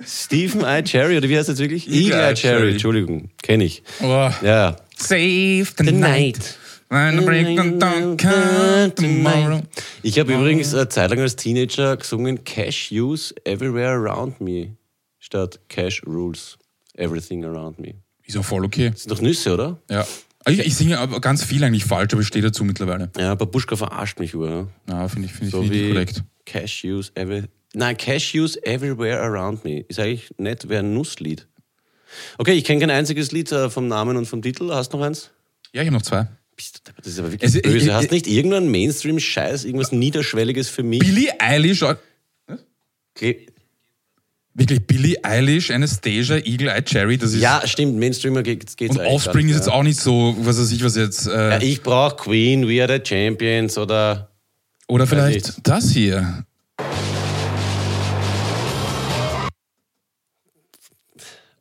Speaker 1: Stephen I. Cherry, oder wie heißt das wirklich?
Speaker 2: Eagle Eye Cherry.
Speaker 1: Entschuldigung, kenne ich.
Speaker 2: Oh.
Speaker 1: Ja.
Speaker 2: Save Tonight. When the break of dawn comes tomorrow.
Speaker 1: Ich habe übrigens eine Zeit lang als Teenager gesungen Cashews everywhere around me statt Cash Rules everything around me.
Speaker 2: Ist ja voll okay.
Speaker 1: Das sind doch Nüsse, oder?
Speaker 2: Ja. Ich, ich singe aber ganz viel eigentlich falsch, aber ich stehe dazu mittlerweile.
Speaker 1: Ja, Babuschka verarscht mich über. Ja.
Speaker 2: Ja, finde ich, finde
Speaker 1: So
Speaker 2: ich nicht
Speaker 1: wie
Speaker 2: korrekt.
Speaker 1: Cashews every Nein, Cashews everywhere around me. Ist eigentlich nett, wäre ein Nusslied. Okay, ich kenne kein einziges Lied äh, vom Namen und vom Titel. Hast du noch eins?
Speaker 2: Ja, ich habe noch zwei.
Speaker 1: Bist du, deppert, das ist aber wirklich
Speaker 2: Es- ich-
Speaker 1: böse.
Speaker 2: ich-
Speaker 1: Hast nicht irgendeinen Mainstream-Scheiß, irgendwas Niederschwelliges für mich?
Speaker 2: Billie Eilish. oh,
Speaker 1: Gle-
Speaker 2: Wirklich, Billie Eilish, Anastasia, Eagle Eye Cherry. Das ist
Speaker 1: Ja, stimmt, Mainstreamer geht es
Speaker 2: Und Offspring ist jetzt auch nicht so, was weiß ich, was jetzt. Äh,
Speaker 1: Ja, ich brauche Queen, We Are the Champions oder.
Speaker 2: oder vielleicht
Speaker 1: weiß ich.
Speaker 2: das hier.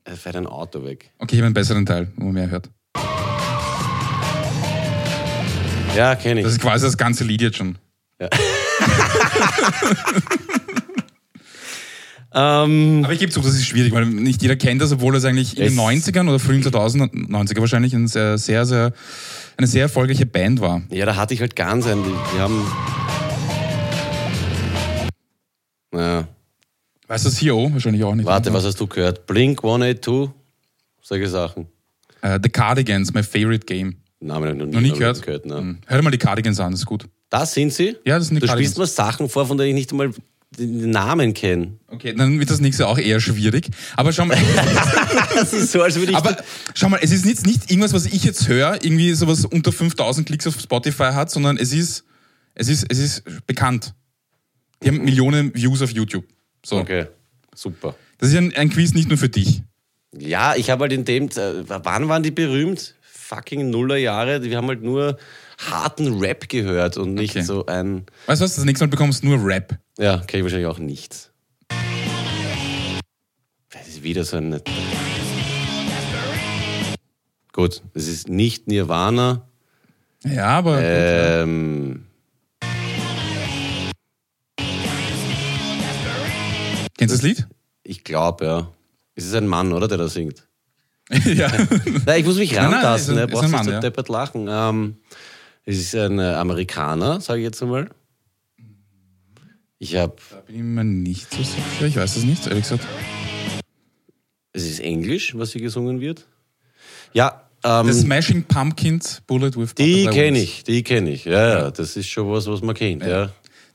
Speaker 1: Er äh, fährt ein Auto weg.
Speaker 2: Okay, ich habe einen besseren Teil, wo man mehr hört.
Speaker 1: Ja, kenne ich.
Speaker 2: Das ist quasi das ganze Lied jetzt schon.
Speaker 1: Ähm,
Speaker 2: Aber ich gebe zu, das ist schwierig, weil nicht jeder kennt das, obwohl das eigentlich in
Speaker 1: Es-
Speaker 2: den 90ern oder frühen 2000ern, 90er wahrscheinlich, ein sehr, sehr, sehr, eine sehr erfolgreiche Band war.
Speaker 1: ja, da hatte ich halt ganz einen. Die, die haben. Ja.
Speaker 2: Weißt du das hier auch? Wahrscheinlich auch nicht. ne?
Speaker 1: Warte, was hast du gehört? Blink 182? Solche Sachen.
Speaker 2: Äh, The Cardigans, my favorite game.
Speaker 1: Namen habe ich noch nie,
Speaker 2: Noch nie
Speaker 1: glaub ich,
Speaker 2: gehört?
Speaker 1: ne?
Speaker 2: Hm. Hör dir mal die Cardigans an, ist gut.
Speaker 1: Da sind sie.
Speaker 2: Ja, das sind die
Speaker 1: Du
Speaker 2: Cardigans.
Speaker 1: spielst mir Sachen vor, von denen ich nicht einmal den Namen kenne.
Speaker 2: Okay, dann wird das nächste auch eher schwierig.
Speaker 1: [LAUGHS]
Speaker 2: Aber schau mal,
Speaker 1: Das ist so, als würde ich.
Speaker 2: aber schau mal, es ist jetzt nicht irgendwas, was ich jetzt höre, irgendwie sowas unter 5000 Klicks auf Spotify hat, sondern es ist, es ist, es ist bekannt. Die haben Millionen Views auf YouTube. So.
Speaker 1: okay, super.
Speaker 2: Das ist ein, ein Quiz nicht nur für dich.
Speaker 1: Ja, ich habe halt in dem. äh, Wann waren die berühmt? Fucking Nullerjahre. Wir haben halt nur harten Rap gehört und nicht
Speaker 2: Okay.
Speaker 1: so ein.
Speaker 2: Weißt du was? Das nächste Mal bekommst du nur Rap.
Speaker 1: Ja, kenne ich wahrscheinlich auch nicht. Das ist wieder so ein. Gut, es ist nicht Nirvana.
Speaker 2: Ja, aber
Speaker 1: Äh, Ähm,
Speaker 2: kennst du das Lied?
Speaker 1: ich glaube, ja. Es ist ein Mann, oder, der da singt?
Speaker 2: [LAUGHS] ja.
Speaker 1: Nein, ich muss mich
Speaker 2: Nein, nein,
Speaker 1: rantasten.
Speaker 2: ist
Speaker 1: Er
Speaker 2: ein-
Speaker 1: braucht
Speaker 2: ist ein
Speaker 1: nicht so
Speaker 2: Mann, ja.
Speaker 1: deppert lachen. Ähm, es ist ein äh, Amerikaner, sage ich jetzt einmal. Ich habe,
Speaker 2: da bin ich mir nicht so sicher. Ich weiß es nicht, ehrlich gesagt.
Speaker 1: Hm. es ist Englisch, was hier gesungen wird. Ja, ähm,
Speaker 2: The Smashing Pumpkins Bullet with
Speaker 1: die
Speaker 2: Butterfly
Speaker 1: kenne
Speaker 2: Wings.
Speaker 1: ich, die kenne ich. Ja, ja, das ist schon was, was man kennt. Ja.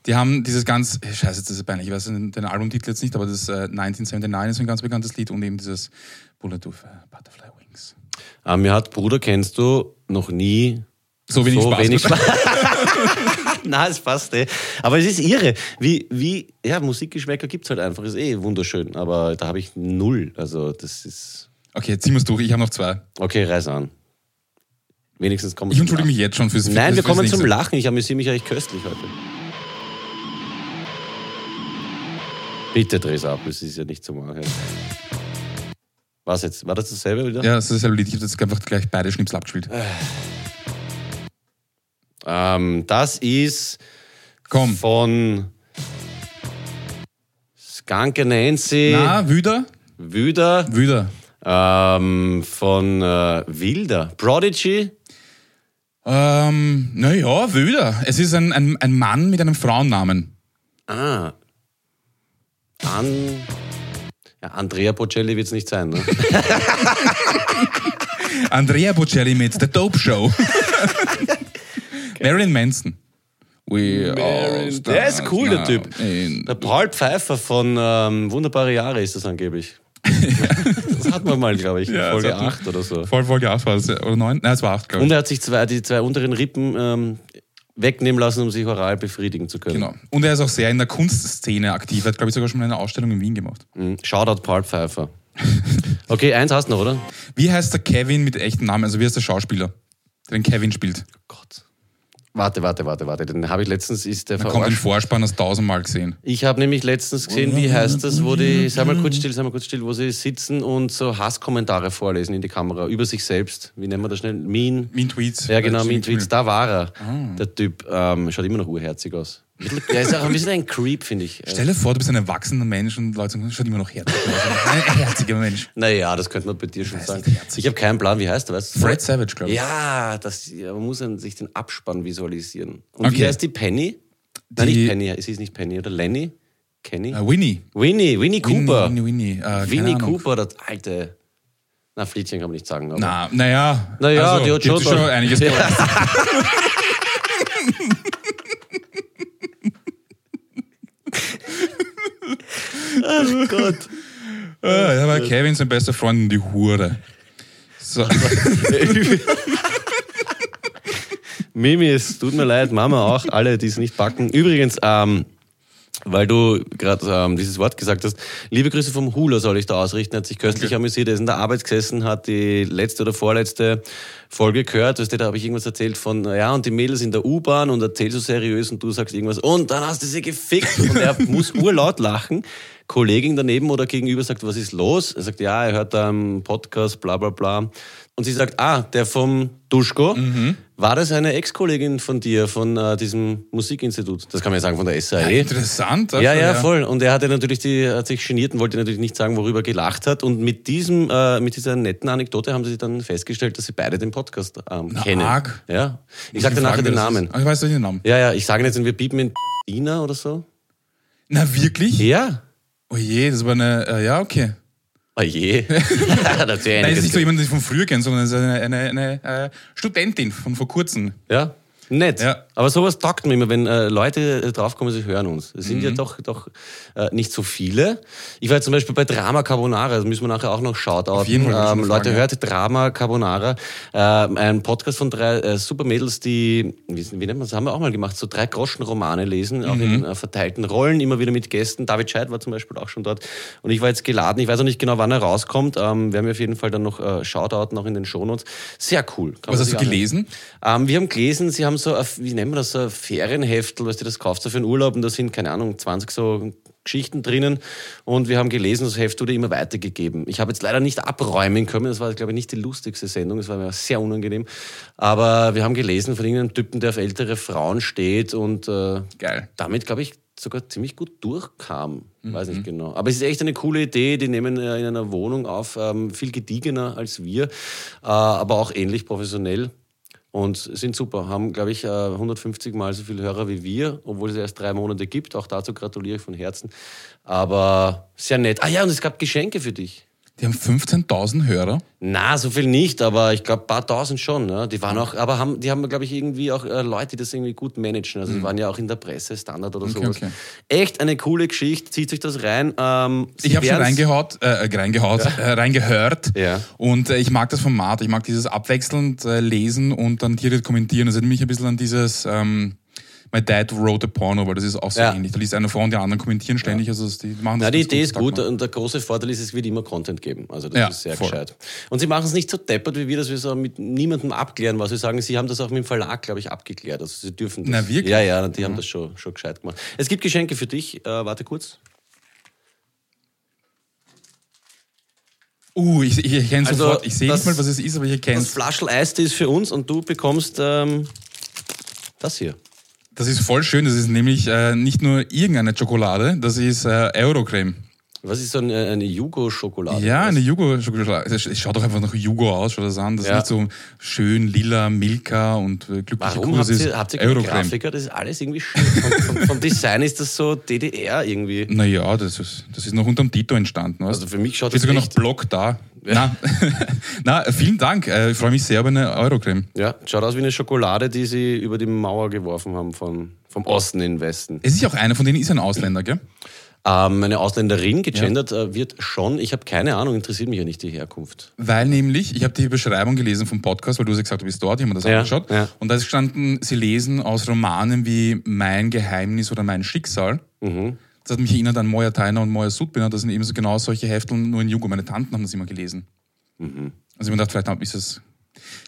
Speaker 2: Die haben dieses ganz, scheiße, das ist peinlich, ich weiß den, den Albumtitel jetzt nicht, aber das äh, 1979 ist ein ganz bekanntes Lied und eben dieses Bullet with äh, Butterfly Wings.
Speaker 1: Ähm, mir hat Bruder, kennst du noch nie
Speaker 2: So wenig Spaß.
Speaker 1: [LAUGHS]
Speaker 2: [LAUGHS]
Speaker 1: Spaß. Na, es passt, ey. Aber es ist irre. Wie, wie, ja, Musikgeschmäcker gibt es halt einfach. Ist eh wunderschön, aber da habe ich null. Also, das ist.
Speaker 2: Okay, ziehen wir es durch, ich habe noch zwei.
Speaker 1: Okay, reiß an. Wenigstens kommen
Speaker 2: Ich entschuldige mich jetzt schon fürs
Speaker 1: Nein, wir
Speaker 2: fürs
Speaker 1: kommen
Speaker 2: nächste.
Speaker 1: zum Lachen. Ich amüsiere mich eigentlich köstlich heute. Bitte dreh's ab, es ist ja nicht zu machen. Was jetzt? War das dasselbe wieder?
Speaker 2: Ja, das ist dasselbe Lied, ich habe jetzt einfach gleich beide Schnipsel abgespielt.
Speaker 1: Äh, Ähm, das ist
Speaker 2: Komm.
Speaker 1: von Skanke Nancy,
Speaker 2: Na, Wüder?
Speaker 1: Wüder,
Speaker 2: Wüder.
Speaker 1: ähm, von äh, Wilder, Prodigy.
Speaker 2: Ähm, naja, Wüder. Es ist ein, ein, ein Mann mit einem Frauennamen.
Speaker 1: Ah. An ja, Andrea Bocelli wird es nicht
Speaker 2: [LAUGHS]
Speaker 1: sein, ne?
Speaker 2: Andrea Bocelli mit The
Speaker 1: [LAUGHS]
Speaker 2: Dope Show. [LAUGHS] Marilyn Manson. We all
Speaker 1: Marilyn- Der ist cool, der
Speaker 2: stand
Speaker 1: Typ.
Speaker 2: in
Speaker 1: Der Paul Pfeiffer von ähm, Wunderbare Jahre ist das
Speaker 2: [LAUGHS]
Speaker 1: angeblich. das hatten wir mal, glaube ich, in
Speaker 2: Ja,
Speaker 1: Folge
Speaker 2: das hatten
Speaker 1: 8
Speaker 2: wir.
Speaker 1: oder so.
Speaker 2: Voll Folge 8 war es, ja, oder 9? Nein, es war 8, glaube ich.
Speaker 1: Und er hat sich zwei, die zwei unteren Rippen ähm, wegnehmen lassen, um sich oral befriedigen zu können.
Speaker 2: Genau. Und er ist auch sehr in der Kunstszene aktiv. Er hat, glaube ich, sogar schon eine Ausstellung in
Speaker 1: [LAUGHS]
Speaker 2: Wien gemacht.
Speaker 1: Mhm. Shoutout Paul Pfeiffer. Okay, eins hast du noch, oder?
Speaker 2: Wie heißt der Kevin mit echtem Namen? Also, wie heißt der Schauspieler, der den Kevin spielt?
Speaker 1: Gott. Warte, warte, warte, warte. Den habe ich letztens, ist der
Speaker 2: Da kommt im
Speaker 1: verarscht.
Speaker 2: Vorspann, hast tausendmal gesehen.
Speaker 1: Ich habe nämlich letztens gesehen, wie heißt das, wo die, sei mal kurz still, sei mal kurz still, wo sie sitzen und so Hasskommentare vorlesen in die Kamera über sich selbst. Wie nennen wir das schnell? Mean.
Speaker 2: Mean Tweets. Ah.
Speaker 1: Ja, genau,
Speaker 2: Äh,
Speaker 1: Mean Tweets. Da war er, der Typ. Ähm, schaut immer noch urherzig
Speaker 2: [LAUGHS]
Speaker 1: aus. Der ist auch ein bisschen ein Creep, finde ich.
Speaker 2: Stell dir vor, du bist ein erwachsener Mensch und Leute sagen, schaut immer noch herzig aus. [LAUGHS] Ein herziger Mensch.
Speaker 1: Naja, das könnte man bei dir schon
Speaker 2: Weiß
Speaker 1: sagen.
Speaker 2: nicht, herzig.
Speaker 1: Ich habe keinen Plan, wie heißt er, weißt du?
Speaker 2: Fred Savage, glaube ich.
Speaker 1: Ja, das, ja, man muss dann sich den Abspann visualisieren. Und wie
Speaker 2: Okay.
Speaker 1: heißt die Penny? Nein,
Speaker 2: Die-
Speaker 1: nicht Penny, es ist nicht Penny, oder Lenny? Kenny?
Speaker 2: Äh, Winnie.
Speaker 1: Winnie, Winnie Cooper.
Speaker 2: Winnie, Winnie. Winnie. Äh, keine
Speaker 1: Winnie
Speaker 2: Ahnung.
Speaker 1: Cooper, das alte. Na, Fliedchen kann man nicht sagen. Aber.
Speaker 2: Na, naja.
Speaker 1: Na ja, die
Speaker 2: also,
Speaker 1: hat
Speaker 2: die hat
Speaker 1: schon-
Speaker 2: schon einiges
Speaker 1: Ja.
Speaker 2: gemacht.
Speaker 1: Oh Gott.
Speaker 2: Äh, da war Kevin, sein bester Freund, und die Hure.
Speaker 1: [LAUGHS]
Speaker 2: So.
Speaker 1: [LAUGHS] Mimi, es tut mir leid, Mama auch, alle, die es nicht backen. Übrigens, ähm, weil du gerade ähm, dieses Wort gesagt hast, liebe Grüße vom Hula soll ich da ausrichten, hat sich köstlich amüsiert, er ist in der Arbeit gesessen, hat die letzte oder vorletzte Folge gehört, weißt du, da habe ich irgendwas erzählt von, ja, und die Mädels in der U-Bahn und erzähl so seriös und du sagst irgendwas und dann hast du sie gefickt und er muss urlaut lachen. Kollegin daneben oder gegenüber sagt, was ist los? Er sagt, ja, er hört da einen Podcast, bla bla bla. Und sie sagt, ah, der vom Duschko, war das eine Ex-Kollegin von dir, von äh, diesem Musikinstitut? Das kann man ja sagen, von der E. SAE.
Speaker 2: Interessant. also,
Speaker 1: Ja, ja, voll. Und er hatte natürlich die, hat sich geniert und wollte natürlich nicht sagen, worüber er gelacht hat. Und mit diesem, äh, mit dieser netten Anekdote haben sie dann festgestellt, dass sie beide den Podcast ähm,
Speaker 2: Na,
Speaker 1: kennen.
Speaker 2: arg.
Speaker 1: Ja. Ich sag dir
Speaker 2: Fragen,
Speaker 1: nachher
Speaker 2: wer
Speaker 1: den
Speaker 2: das ist.
Speaker 1: Namen.
Speaker 2: Ah, Ich weiß nicht den Namen.
Speaker 1: Ja, ja, ich sage jetzt, wir piepen in Ina oder so.
Speaker 2: Na wirklich?
Speaker 1: Ja.
Speaker 2: Oh je, das war eine. Äh, ja, okay.
Speaker 1: Oh
Speaker 2: [LAUGHS]
Speaker 1: je. [LAUGHS] da hat sie
Speaker 2: Nein, es
Speaker 1: einiges
Speaker 2: ist nicht so jemand, den ich von früher kenne, sondern es ist eine, eine, eine äh, Studentin von vor kurzem.
Speaker 1: Ja, nett.
Speaker 2: Ja.
Speaker 1: Aber sowas taugt mir immer, wenn äh, Leute äh, draufkommen, sie hören uns. Es sind ja
Speaker 2: Mhm.
Speaker 1: doch, doch äh, nicht so viele. Ich war zum Beispiel bei Drama Carbonara, das müssen wir nachher auch noch shoutouten.
Speaker 2: Auf jeden Fall müssen wir
Speaker 1: ähm,
Speaker 2: fragen,
Speaker 1: Leute,
Speaker 2: ja.
Speaker 1: hört Drama Carbonara, ähm, ein Podcast von drei äh, Supermädels, die, wie, wie nennt man das, haben wir auch mal gemacht, so drei Groschen-Romane lesen, auch in
Speaker 2: Mhm.
Speaker 1: äh, verteilten Rollen, immer wieder mit Gästen. David Scheid war zum Beispiel auch schon dort und ich war jetzt geladen. Ich weiß auch nicht genau, wann er rauskommt. Ähm, werden wir auf jeden Fall dann noch äh, shoutouten, auch in den Shownotes. Sehr cool. Kann
Speaker 2: Was
Speaker 1: man
Speaker 2: hast
Speaker 1: sich
Speaker 2: du
Speaker 1: anhören.
Speaker 2: gelesen?
Speaker 1: Ähm, wir haben gelesen, sie haben so, ein, wie nennen wir das, so ein Ferienheftel, was die das kauft, so für einen Urlaub und da sind, keine Ahnung, 20 so Geschichten drinnen und wir haben gelesen, das Heft wurde immer weitergegeben. Ich habe jetzt leider nicht abräumen können, das war, glaube ich, nicht die lustigste Sendung, das war mir sehr unangenehm, aber wir haben gelesen von irgendeinem Typen, der auf ältere Frauen steht und äh,
Speaker 2: Geil.
Speaker 1: damit, glaube ich, sogar ziemlich gut durchkam. Weiß nicht genau. Aber es ist echt eine coole Idee. Die nehmen äh, in einer Wohnung auf, ähm, viel gediegener als wir, äh, aber auch ähnlich professionell. Und sind super, haben, glaube ich, äh, 150 Mal so viele Hörer wie wir, obwohl es erst drei Monate gibt. Auch dazu gratuliere ich von Herzen. Aber sehr nett. Ah ja, und es gab Geschenke für dich.
Speaker 2: Die haben 15.000 Hörer.
Speaker 1: Na, so viel nicht, aber ich glaube, ein paar tausend schon. Ne? Die waren auch, aber haben, die haben, glaube ich, irgendwie auch äh, Leute, die das irgendwie gut managen. Also, die waren ja auch in der Presse, Standard oder sowas.
Speaker 2: Mhm. okay.
Speaker 1: Echt eine coole Geschichte, zieht sich das rein. Ähm, Sie
Speaker 2: Ich habe schon
Speaker 1: werden's-
Speaker 2: reingehaut, äh, reingehaut, [LAUGHS] äh, reingehört.
Speaker 1: Ja.
Speaker 2: Und äh, ich mag das Format. Ich mag dieses abwechselnd äh, lesen und dann direkt kommentieren. Das erinnert mich ein bisschen an dieses ähm, My Dad wrote a porno, weil das ist auch so
Speaker 1: Ja.
Speaker 2: ähnlich. Da liest einer vor und die anderen kommentieren ständig. Also das- die machen das
Speaker 1: Na, die
Speaker 2: ganz
Speaker 1: Idee ist
Speaker 2: sagt
Speaker 1: gut
Speaker 2: man.
Speaker 1: und der große Vorteil ist, es wird immer Content geben. Also das
Speaker 2: Ja,
Speaker 1: ist sehr
Speaker 2: voll.
Speaker 1: gescheit. Und sie machen es nicht so deppert wie wir, dass wir so mit niemandem abklären, was sie sagen. Sie haben das auch mit dem Verlag, glaube ich, abgeklärt. Also sie dürfen das.
Speaker 2: Na, wirklich?
Speaker 1: Ja, ja, die haben das schon, schon gescheit gemacht. Es gibt Geschenke für dich. Äh, warte kurz.
Speaker 2: Uh, ich, ich erkenne
Speaker 1: Also,
Speaker 2: sofort. Ich sehe
Speaker 1: das-
Speaker 2: nicht mal, was es ist, aber ich erkenne
Speaker 1: Das
Speaker 2: es.
Speaker 1: Flaschel Eistee ist für uns und du bekommst ähm, das hier.
Speaker 2: Das ist voll schön. Das ist nämlich äh, nicht nur irgendeine Schokolade, das ist äh, Eurocreme.
Speaker 1: Was ist so eine, eine Jugo-Schokolade?
Speaker 2: Ja, eine Jugo-Schokolade. Es schaut doch einfach nach Jugo aus, schaut das an. Das
Speaker 1: Ja.
Speaker 2: ist nicht so schön lila, Milka und äh, glückliche
Speaker 1: Warum
Speaker 2: Kuh.
Speaker 1: habt
Speaker 2: Das ist
Speaker 1: ihr, habt ihr keine
Speaker 2: Eurocreme.
Speaker 1: Grafiker? Das ist alles irgendwie schön. Vom, vom, vom Design ist das so DDR irgendwie.
Speaker 2: Naja, das ist, das ist noch unterm Tito entstanden. weißt
Speaker 1: Also für mich schaut
Speaker 2: Steht
Speaker 1: das
Speaker 2: sogar noch
Speaker 1: echt-
Speaker 2: Block da. Na, [LAUGHS] Na, vielen Dank. Äh, Ich freue mich sehr über eine Eurocreme.
Speaker 1: Ja, schaut aus wie eine Schokolade, die sie über die Mauer geworfen haben von, vom Osten in den Westen.
Speaker 2: Es ist ja auch einer von denen, ist ein Ausländer, gell?
Speaker 1: Ähm, eine Ausländerin, gegendert äh, wird schon. Ich habe keine Ahnung, interessiert mich ja nicht die Herkunft.
Speaker 2: Weil nämlich, ich habe die Beschreibung gelesen vom Podcast, weil du hast ja gesagt, du bist dort, ich habe mir das
Speaker 1: Ja,
Speaker 2: angeschaut.
Speaker 1: ja.
Speaker 2: Und da ist gestanden, sie lesen aus Romanen wie Mein Geheimnis oder Mein Schicksal.
Speaker 1: Mhm.
Speaker 2: Das hat mich erinnert an Moja Tainer und Moja Sudbiner. Das sind eben so genau solche Hefteln, nur in Jugo. Meine Tanten haben das immer gelesen.
Speaker 1: Mhm.
Speaker 2: Also ich habe mir gedacht, vielleicht haben- ist es,